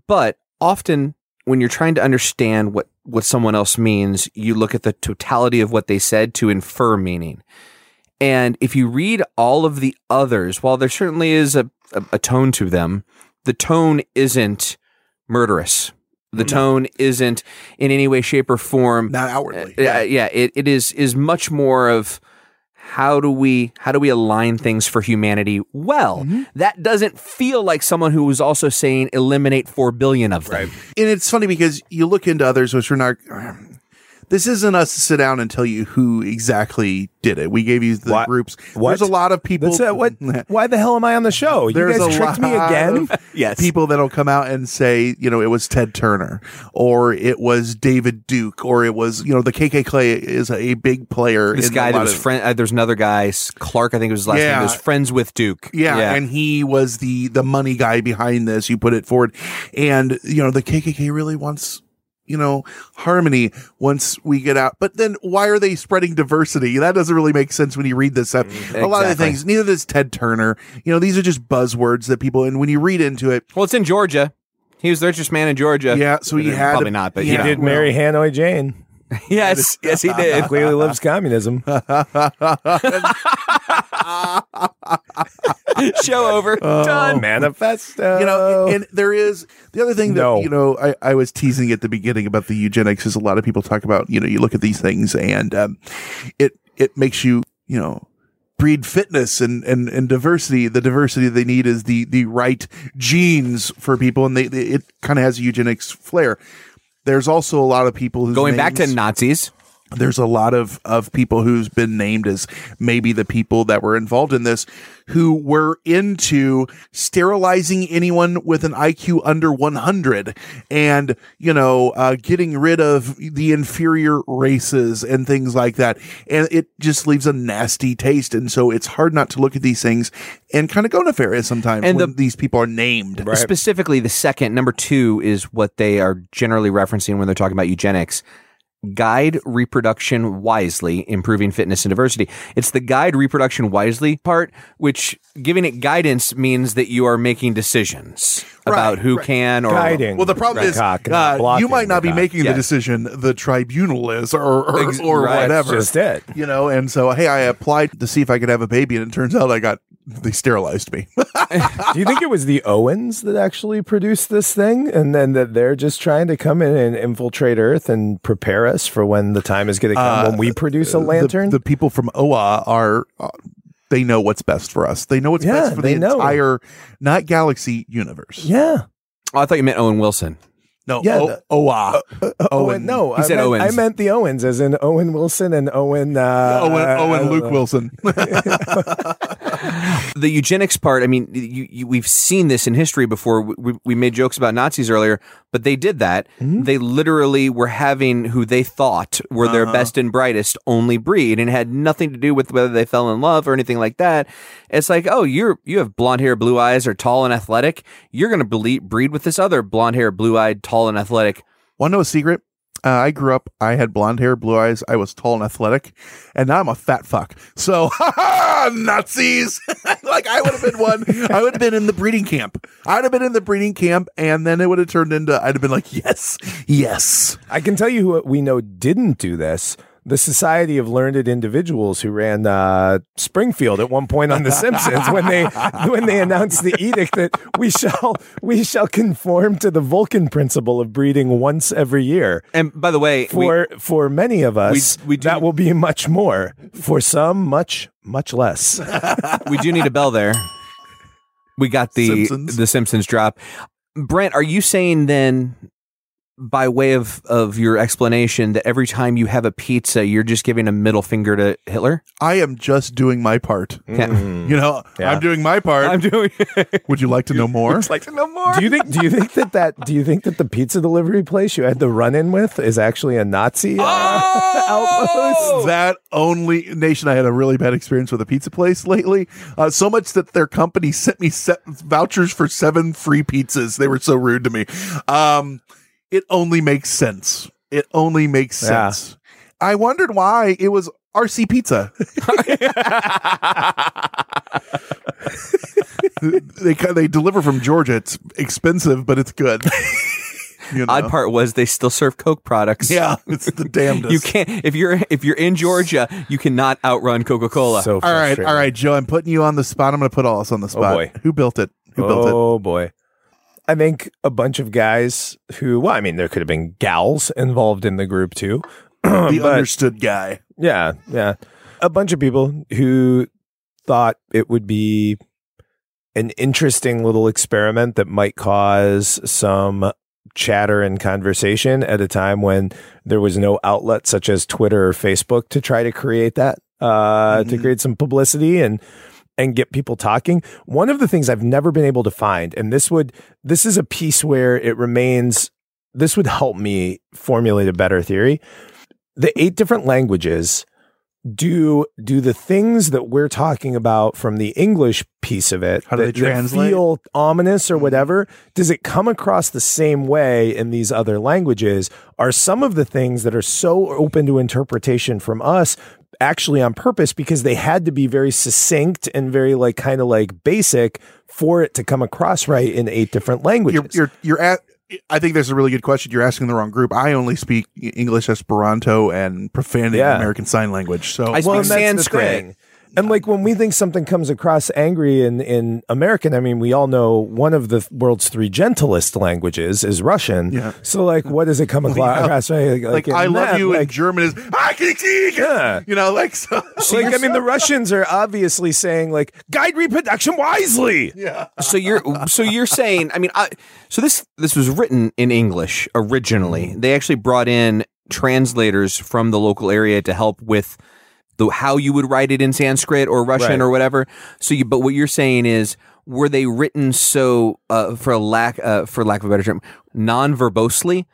but often when you're trying to understand what what someone else means, you look at the totality of what they said to infer meaning. And if you read all of the others, while there certainly is a, a, a tone to them, the tone isn't murderous. The tone isn't in any way, shape, or form Mm-hmm. not outwardly. Yeah, yeah. It, it is is much more of how do we how do we align things for humanity well. Mm-hmm. That doesn't feel like someone who was also saying eliminate four billion of them. and it's funny because you look into others, which we're not. This isn't us to sit down and tell you who exactly did it. We gave you the groups. There's a lot of people. That's, uh, what? Why the hell am I on the show? You There's guys a tricked me lot again. of People that'll come out and say, you know, it was Ted Turner or it was David Duke or it was, you know, the KK Clay is a big player. This in guy a that lot was of- friend. Uh, there's another guy, S- Clark. I think it was his last name. Yeah. Was friends with Duke. Yeah, and he was the the money guy behind this. You put it forward, and you know the KKK really wants you know harmony once we get out. But then why are they spreading diversity? That doesn't really make sense when you read this stuff. A lot of the exactly. things. Neither does Ted Turner. You know these are just buzzwords that people. And when you read into it, well, it's in Georgia. He was the richest man in Georgia. Yeah, so he had- probably not, but he you know. did marry Hanoi Jane. Yes, yes, he did. Clearly loves communism. Show over. Done. Oh. Manifesto. You know, and there is the other thing that No. you know I, I was teasing at the beginning about the eugenics is a lot of people talk about you know you look at these things and um, it it makes you you know breed fitness and and and diversity the diversity they need is the the right genes for people and they, they it kind of has a eugenics flair. There's also a lot of people who Going back to Nazis. There's a lot of, of people who's been named as maybe the people that were involved in this who were into sterilizing anyone with an IQ under 100 and, you know, uh, getting rid of the inferior races and things like that. And it just leaves a nasty taste. And so it's hard not to look at these things and kind of go nefarious sometimes And when the- these people are named. Specifically, the second number two is what they are generally referencing when they're talking about eugenics. Guide reproduction wisely, improving fitness and diversity. It's the guide reproduction wisely part, which giving it guidance means that you are making decisions about who can or Well, the problem Right. is uh, you might not be making the Yeah. decision. The tribunal is, or or, Ex- or right, whatever. just it. You know. And so, hey, I applied to see if I could have a baby, and it turns out I got they sterilized me. Do you think it was the Owens that actually produced this thing, and then that they're just trying to come in and infiltrate Earth and prepare us for when the time is going to come Uh, when we produce a the- lantern? The, people from OA are. Uh, they know what's best for us. They know what's Yeah, best for the they know. entire, not galaxy, universe. yeah. Oh, I thought you meant Owen Wilson. No, Yeah, O- the- uh, OA. Owen, no, He I said meant, Owens. I meant the Owens, as in Owen Wilson and Owen. Uh, Owen, I- I Owen don't Luke know. Wilson. the eugenics part, I mean, you, you, we've seen this in history before. We- We, we made jokes about Nazis earlier, but they did that. Mm-hmm. They literally were having who they thought were their Uh-huh. best and brightest only breed, and it had nothing to do with whether they fell in love or anything like that. It's like, oh, you're you have blonde hair, blue eyes, or tall and athletic. You're going to breed with this other blonde hair, blue eyed, tall and athletic. Want to know a secret? Uh, I grew up. I had blonde hair, blue eyes. I was tall and athletic, and now I'm a fat fuck. So, Nazis! like I would have been one. I would have been in the breeding camp. I'd have been in the breeding camp, and then it would have turned into. I'd have been like, yes, yes. I can tell you who we know didn't do this. The Society of Learned Individuals who ran uh, Springfield at one point on The Simpsons when they when they announced the edict that we shall we shall conform to the Vulcan principle of breeding once every year. And by the way, we- for for many of us, that will be much more. For some, much much less. we do need a bell there. We got the Simpsons. the Simpsons drop. Brent, are you saying then by way of of your explanation that every time you have a pizza, you're just giving a middle finger to Hitler? I am just doing my part. You know, I'm doing my part. I'm Mm. doing. Would you like to know more? like to know more. Do you think? Do you think that that? Do you think that the pizza delivery place you had the run in with is actually a Nazi? It's that only nation. I had a really bad experience with a pizza place lately. Uh, so much that their company sent me set vouchers for seven free pizzas. They were so rude to me. Um, it only makes sense. It only makes Yeah. sense. I wondered why it was RC Pizza. they they deliver from Georgia. It's expensive, but it's good. You Odd know? part was they still serve Coke products. Yeah, it's the damnedest. You can't if you're if you're in Georgia, you cannot outrun Coca Cola. So All right, all right, Joe. I'm putting you on the spot. I'm going to put all us on the spot. boy. Who built it? Who built it? Oh boy. I think a bunch of guys who, well, I mean, there could have been gals involved in the group too. The but- understood guy. Yeah, yeah. A bunch of people who thought it would be an interesting little experiment that might cause some chatter and conversation at a time when there was no outlet such as Twitter or Facebook to try to create that uh to create some publicity and and get people talking. One of the things I've never been able to find and this would this is a piece where it remains this would help me formulate a better theory the eight different languages do do the things that we're talking about from the English piece of it. How do that- they that translate? Mm-hmm. feel ominous or whatever. Does it come across the same way in these other languages? Are some of the things that are so open to interpretation from us actually on purpose because they had to be very succinct and very like kind of like basic for it to come across right in eight different languages? You're you're you're at. I think that's a really good question. You're asking the wrong group. I only speak E, English, Esperanto, and profanity in Yeah. American Sign Language. So I speak and that's the Sanskrit. thing. And like when we think something comes across angry in in American, I mean, we all know one of the world's three gentlest languages is Russian. Yeah. So like, what does it come across? right? like, in I love that, you in Like, German is "Ah, kiki, kiki," Yeah. You know, like so. like, I mean, the Russians are obviously saying like, guide reproduction wisely. yeah. so you're so you're saying I mean I, so this this was written in English originally. They actually brought in translators from the local area to help with the how you would write it in Sanskrit or Right. Russian or whatever. So you but what you're saying is were they written so uh, for a lack uh, for lack of a better term non verbosely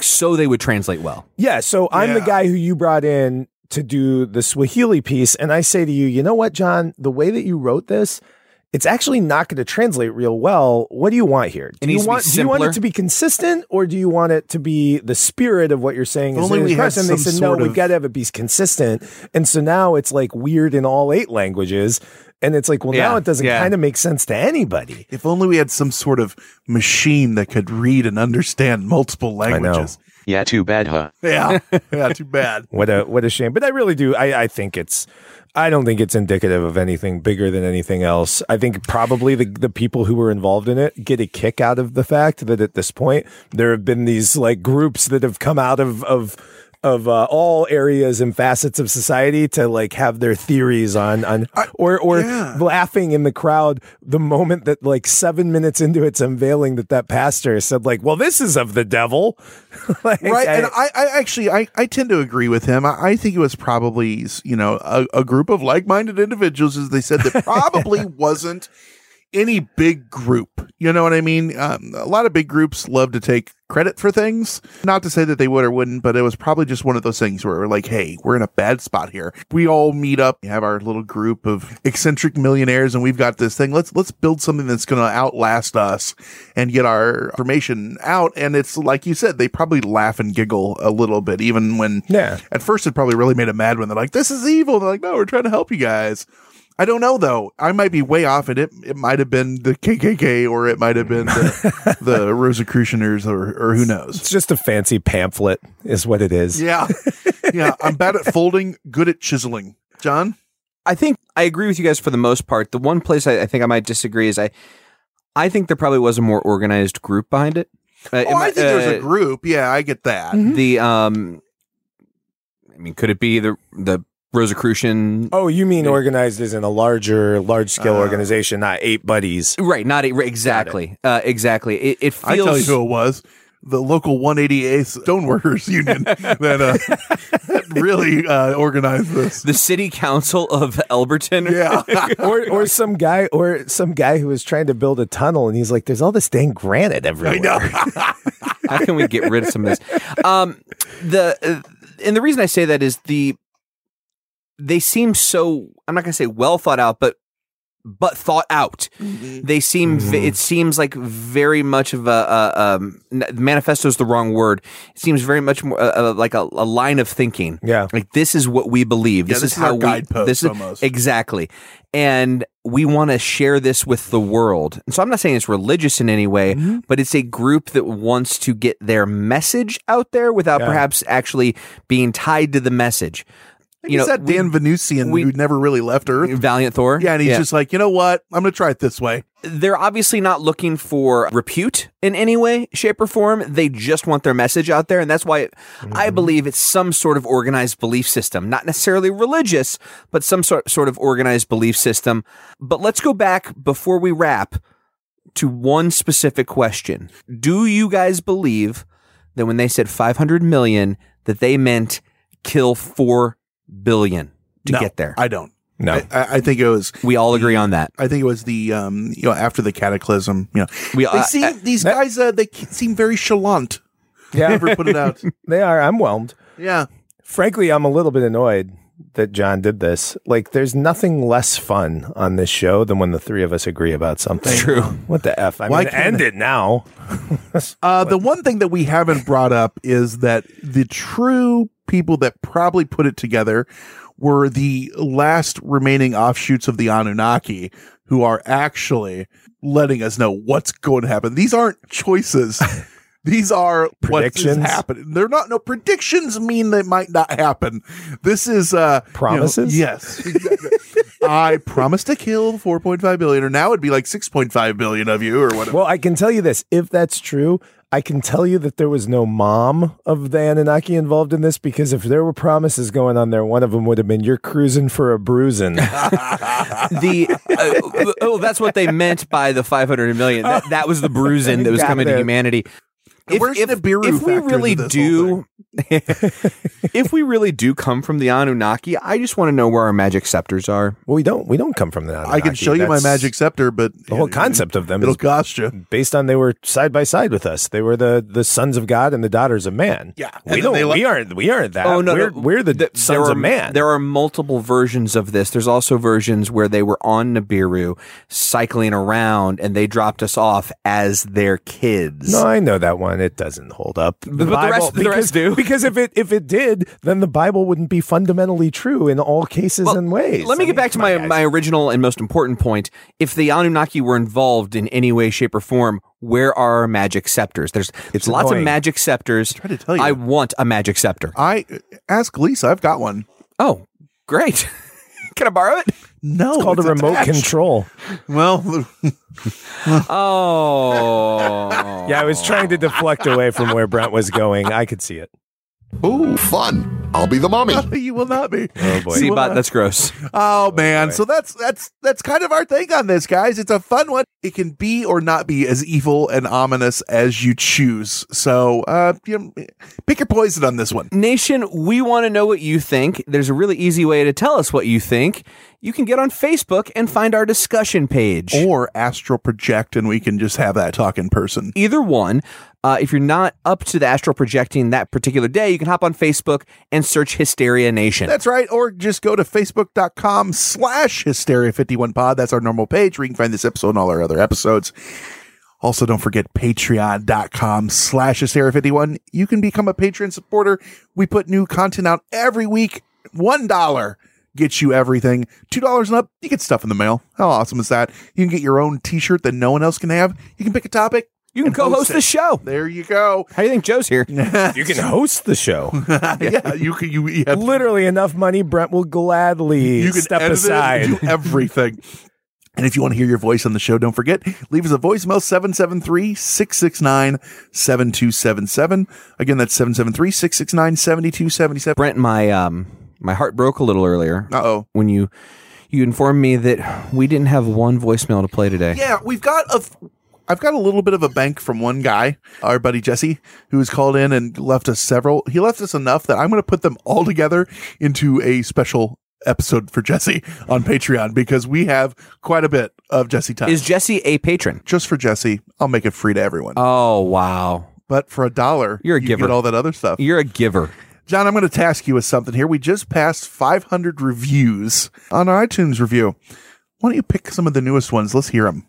so they would translate well. Yeah. So I'm the Yeah. guy who you brought in to do the Swahili piece. And I say to you, you know what, John, the way that you wrote this, it's actually not going to translate real well. What do you want here? It Do you needs to be want, do you want simpler. it to be consistent or do you want it to be the spirit of what you're saying? If is only in we had person? They some said, no, sort we of- got to have it be consistent. And so now it's like weird in all eight languages. And it's like, well, now Yeah, it doesn't yeah. kind of make sense to anybody. If only we had some sort of machine that could read and understand multiple know. languages. Yeah, too bad, huh? Yeah. Yeah. Too bad. What a what a shame. But I really do. I, I think it's. I don't think it's indicative of anything bigger than anything else. I think probably the the people who were involved in it get a kick out of the fact that at this point there have been these like groups that have come out of of of uh, all areas and facets of society to like have their theories on on or or yeah. laughing in the crowd the moment that like 7 minutes into its unveiling that that pastor said like well this is of the devil Like, right I- and I, I actually I, I tend to agree with him I, I think it was probably you know a, a group of like-minded individuals as they said that probably wasn't any big group you know what i mean um, a lot of big groups love to take credit for things not to say that they would or wouldn't but it was probably just one of those things where we're like hey we're in a bad spot here we all meet up we have our little group of eccentric millionaires and we've got this thing let's let's build something that's going to outlast us and get our information out and it's like you said they probably laugh and giggle a little bit even when Yeah. at first it probably really made them mad when they're like this is evil and they're like no we're trying to help you guys I don't know though. I might be way off, and it it might have been the KKK, or it might have been the, the Rosicrucianers, or or who knows. It's just a fancy pamphlet, is what it is. Yeah, yeah. I'm bad at folding, good at chiseling. John, I think I agree with you guys for the most part. The one place I, I think I might disagree is I, I think there probably was a more organized group behind it. Uh, it oh, I might- think there's uh, a group. Yeah, I get that. The um, I mean, could it be the the Rosicrucian? Oh, you mean organized as in a larger, large scale Uh, organization, not eight buddies? Right, not e- right, exactly, uh, exactly. It, it I feels tell you who it was. the local 188 Stoneworkers Union that uh, really uh, organized this. The city council of Elberton. Yeah. or or some guy or some guy who was trying to build a tunnel and he's like, There's all this dang granite everywhere. I know. How can we get rid of some of this? Um, the uh, and the reason I say that is the they seem so I'm not gonna say well thought out, but but thought out. They seem Mm-hmm. v it seems like very much of a, a um, manifesto is the wrong word. It seems very much more uh, uh, like a, a line of thinking. Yeah. like this is what we believe. Yeah, This, this is is our how we. guidepost This is almost. exactly, and we want to share this with the world. And so I'm not saying it's religious in any way, Mm-hmm. but it's a group that wants to get their message out there without perhaps actually being tied to the message. You know, that Dan Venusian who never really left Earth? Valiant Thor. Yeah, and he's Yeah. just like, you know what? I'm going to try it this way. they're obviously not looking for repute in any way, shape, or form. They just want their message out there. And that's why Mm-hmm. I believe it's some sort of organized belief system, not necessarily religious, but some sort, sort of organized belief system. But let's go back before we wrap to one specific question. Do you guys believe that when they said 500 million, that they meant kill 4 billion to No, get there? I don't. No. I, I I think it was. We all agree on that. I think it was the um, you know after the cataclysm. You know, We, they I- seem I- these guys uh, they seem very chalant. Yeah. Never put it out. They are. I'm whelmed. Yeah, Frankly, I'm a little bit annoyed that John did this. Like, there's nothing less fun on this show than when the three of us agree about something. True. What the f? I Why mean, can't end it- it now. Uh, the one thing that we haven't brought up is that the true people that probably put it together were the last remaining offshoots of the Anunnaki who are actually letting us know what's going to happen. These aren't choices. These are Predictions? what's happening. They're not no predictions mean they might not happen. This is uh you know, Promises? yes. exactly. I promise to kill 4.5 billion or now it'd be like 6.5 billion of you or whatever. Well, I can tell you this. If that's true, I can tell you that there was no mom of the Anunnaki involved in this because if there were promises going on there, one of them would have been you're cruising for a bruising. the uh, oh, that's what they meant by the 500 million. That, that was the bruising that was Got coming to it. humanity. If, Where's if, Nibiru if we factor into really this do, if we really do come from the Anunnaki, I just want to know where our magic scepters are. well, we don't we don't come from the Anunnaki. I can show you my That's- magic scepter, but The whole concept of them it'll is cost you. based on they were side by side with us. They were the the sons of God and the daughters of man. Yeah. we And then don't. they let- we aren't. We aren't that. Oh no, we're, no. we're the Th- sons there are, of man. There are multiple versions of this. There's also versions where they were on Nibiru cycling around and they dropped us off as their kids. no, I know that one. It doesn't hold up. The But the rest- the because, rest do. because if it if it did, then the Bible wouldn't be fundamentally true in all cases Well, and ways. Let me I mean, get back to come on, my, guys. my original and most important point. If the Anunnaki were involved in any way, shape, or form, where are our magic scepters? There's It's lots annoying. of magic scepters. I, trying to tell you. want a magic scepter. I ask Lisa. I've got one. Oh, great. Can I borrow it? No, It's called a remote attached. control. Well, Oh. Yeah, I was trying to deflect away from where Brent was going. I could see it. Ooh, fun. I'll be the mommy. you will not be. Oh boy. See, bot, that's gross. Oh man, so that's that's that's kind of our thing on this, guys. It's a fun one. It can be or not be as evil and ominous as you choose. So, uh, you know, pick your poison on this one. Nation, we want to know what you think. There's a really easy way to tell us what you think. You can get on Facebook and find our discussion page. Or astral project, and we can just have that talk in person. either one. Uh, if you're not up to the astral projecting that particular day, you can hop on Facebook and search Hysteria Nation. That's right. Or just go to facebook.com slash hysteria51pod. That's our normal page where you can find this episode and all our other episodes. Also, don't forget patreon.com slash hysteria51. You can become a Patreon supporter. We put new content out every week. $1 gets you everything. $2 and up, you get stuff in the mail. How awesome is that? You can get your own t shirt that no one else can have. You can pick a topic. you can and co host it. the show. There you go. How do you think Joe's here? You can host the show. yeah, you can. You, you have Literally enough money, Brent will gladly you can step edit it aside. and do everything. And if you want to hear your voice on the show, don't forget, leave us a voicemail 773 669 7277. Again, that's 773 669 7277. Brent, my um, my heart broke a little earlier Uh oh. when you you informed me that we didn't have one voicemail to play today. Yeah, we've got a. I've got a little bit of a bank from one guy, our buddy Jesse, who has called in and left us several. He left us enough that I'm going to put them all together into a special episode for Jesse on Patreon because we have quite a bit of Jesse time. Is Jesse a patron? Just for Jesse, I'll make it free to everyone. Oh wow! But for a dollar, You're a you giver. get all that other stuff. You're a giver. John, I'm going to task you with something here. We just passed 500 reviews on our iTunes review. Why don't you pick some of the newest ones? Let's hear them.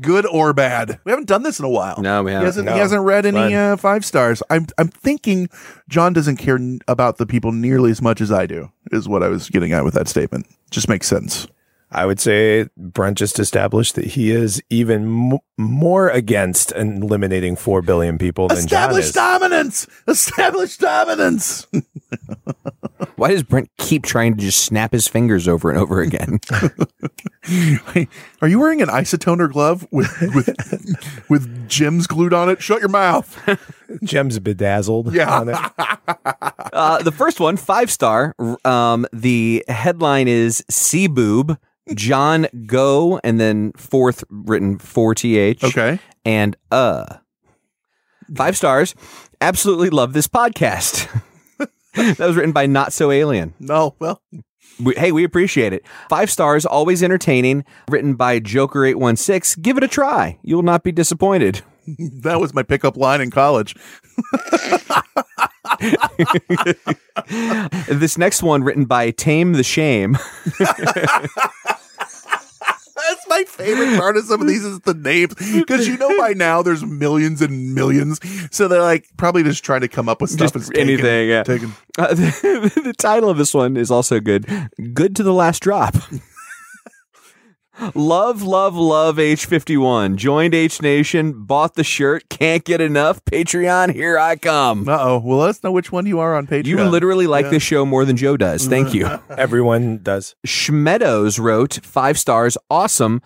Good or bad? We haven't done this in a while. Oh, No, we He haven't. hasn't, he No. hasn't read any Fine. uh, five stars. I'm I'm thinking John doesn't care n- about the people nearly as much as I do. Is what I was getting at with that statement. Just makes sense. I would say Brent just established that he is even m- more against eliminating 4 billion people than John Establish is. dominance. Establish dominance. uh, Why does Brent keep trying to just snap his fingers over and over again? Are you wearing an isotoner glove with with with gems glued on it? Shut your mouth. Gems bedazzled. Yeah. on it. uh, the first one, five star. r- Um, the headline is Sea Boob, John Go, and then fourth written 4th. Okay. And uh. Five stars. Absolutely love this podcast. that was written by Not So Alien. No, well. We, hey, we appreciate it. Five stars, always entertaining. Written by Joker816. Give it a try. You'll not be disappointed. that was my pickup line in college. this next one, written by Tame the Shame. That's my favorite part of some of these is the names because you know by now there's millions and millions, so they're like probably just trying to come up with stuff. Just that's taken- anything, yeah. taken. Uh, the, the title of this one is also good. Good to the last drop. love, love, love H51. Joined H Nation, bought the shirt, can't get enough. Patreon, here I come. Uh oh. Well, let us know which one you are on Patreon. You literally like Yeah. this show more than Joe does. Thank you. Everyone does. Schmeadows wrote five stars, awesome.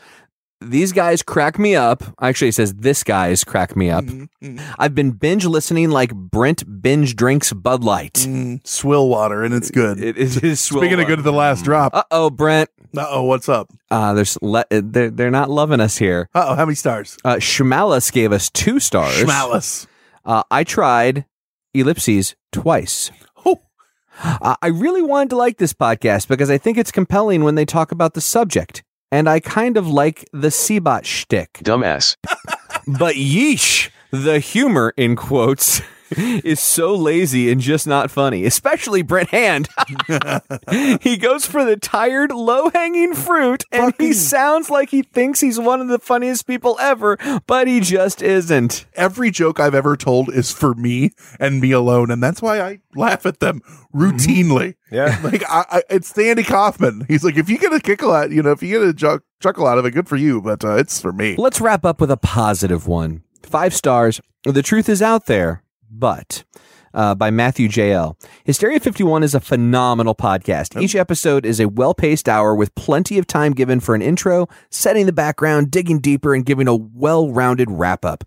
These guys crack me up. Actually, it says this guys crack me up. Mm, I've been binge listening like Brent binge drinks Bud Light. Mm, swill water, and it's good. It is, it is swill Speaking of water. good to the last drop. Uh oh, Brent. Uh oh, what's up? Uh, there's le- uh, they're they're not loving us here. Uh oh, how many stars? Uh, Shmalis gave us two stars. Schmalis. Uh, I tried ellipses twice. Oh. Uh, I really wanted to like this podcast because I think it's compelling when they talk about the subject, and I kind of like the Seabot shtick. Dumbass. But yeesh, the humor in quotes. Is so lazy and just not funny, especially Brent Hand. he goes for the tired, low hanging fruit, and he sounds like he thinks he's one of the funniest people ever, but he just isn't. Every joke I've ever told is for me and me alone, and that's why I laugh at them Mm-hmm. routinely. Yeah. like I, I, it's Andy Kaufman. He's like, if you get a kickle out, you know, if you get a ju- chuckle out of it, good for you, but uh, it's for me. Let's wrap up with a positive one. Five stars. The truth is out there, but. Uh, by Matthew JL. Hysteria 51 is a phenomenal Oh. podcast. Each episode is a well paced hour with plenty of time given for an intro, setting the background, digging deeper, and giving a well rounded wrap up.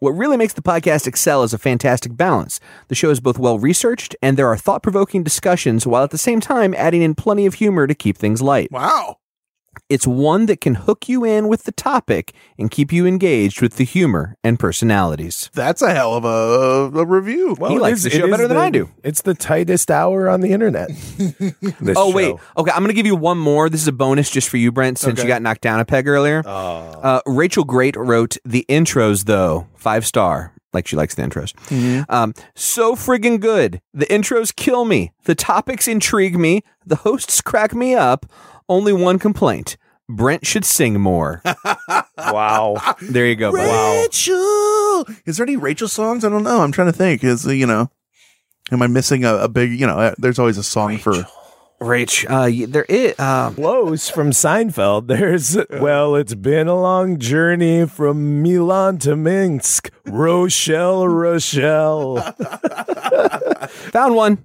What really makes the podcast excel is a fantastic balance. The show is both well researched and there are thought provoking discussions while at the same time adding in plenty of humor to keep things light. Wow. It's one that can hook you in with the topic and keep you engaged with the humor and personalities. That's a hell of a, a review. He it likes is- the it show is better than I do. It's the tightest hour on the internet. This oh wait, show. okay. I'm gonna give you one more. This is a bonus just for you, Brent, since Okay. you got knocked down a peg earlier. Oh. Uh, Rachel Great wrote the intros though five star, like she likes the intros. Mm-hmm. Um, so friggin' good. The intros kill me. The topics intrigue me. The hosts crack me up. Only one complaint: Brent should sing more. Wow. there you go. Brent. Rachel. Is there any Rachel songs? I don't know. I'm trying to think. Is uh, you know, am I missing a, a big? You know, uh, there's always a song for. Rach, uh, y- there is. Um, Close from Seinfeld. There's well, it's been a long journey from Milan to Minsk. Rochelle, Rochelle. Found one.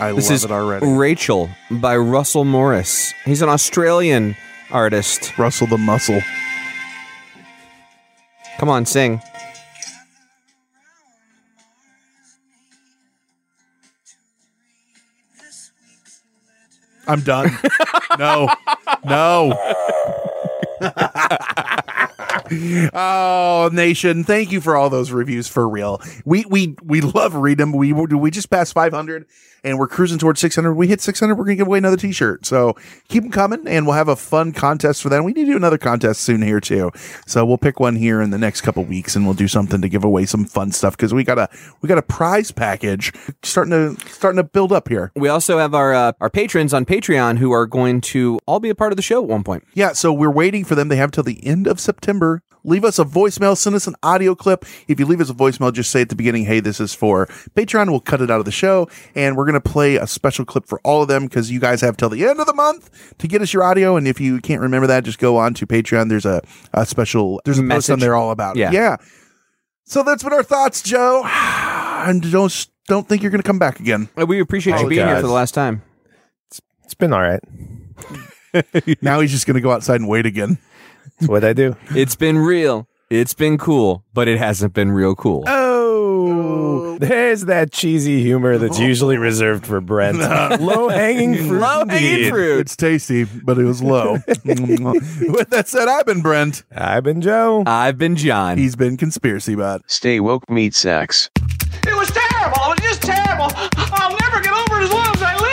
I This love is it already. Rachel by Russell Morris. He's an Australian artist. Russell the Muscle. Come on, sing. I'm done. no, no. oh, nation! Thank you for all those reviews. For real, we we we love reading them. We we just passed 500, and we're cruising towards 600. We hit 600, we're gonna give away another T-shirt. So keep them coming, and we'll have a fun contest for that. We need to do another contest soon here too. So we'll pick one here in the next couple weeks, and we'll do something to give away some fun stuff because we got a we got a prize package starting to starting to build up here. We also have our uh, our patrons on Patreon who are going to all be a part of the show at one point. Yeah, so we're waiting for them. They have till the end of September. Leave us a voicemail, send us an audio clip. If you leave us a voicemail, just say at the beginning, hey, this is for Patreon. We'll cut it out of the show and we're going to play a special clip for all of them because you guys have till the end of the month to get us your audio. And if you can't remember that, just go on to Patreon. There's a, a special, there's a post Message. on there all about it. Yeah. Yeah. So that's been our thoughts, Joe. And don't, don't think you're going to come back again. We appreciate Oh, you being here for the last time. It's been all right. now he's just going to go outside and wait again. That's what I do. It's been real. It's been cool, but it hasn't been real cool. Oh, there's that cheesy humor that's usually reserved for Brent. Low hanging fruit. indeed. It's tasty, but it was low. With that said, I've been Brent. I've been Joe. I've been John. He's been Conspiracy Bot. Stay woke, meat sacks. It was terrible. It was just terrible. I'll never get over it as long as I live.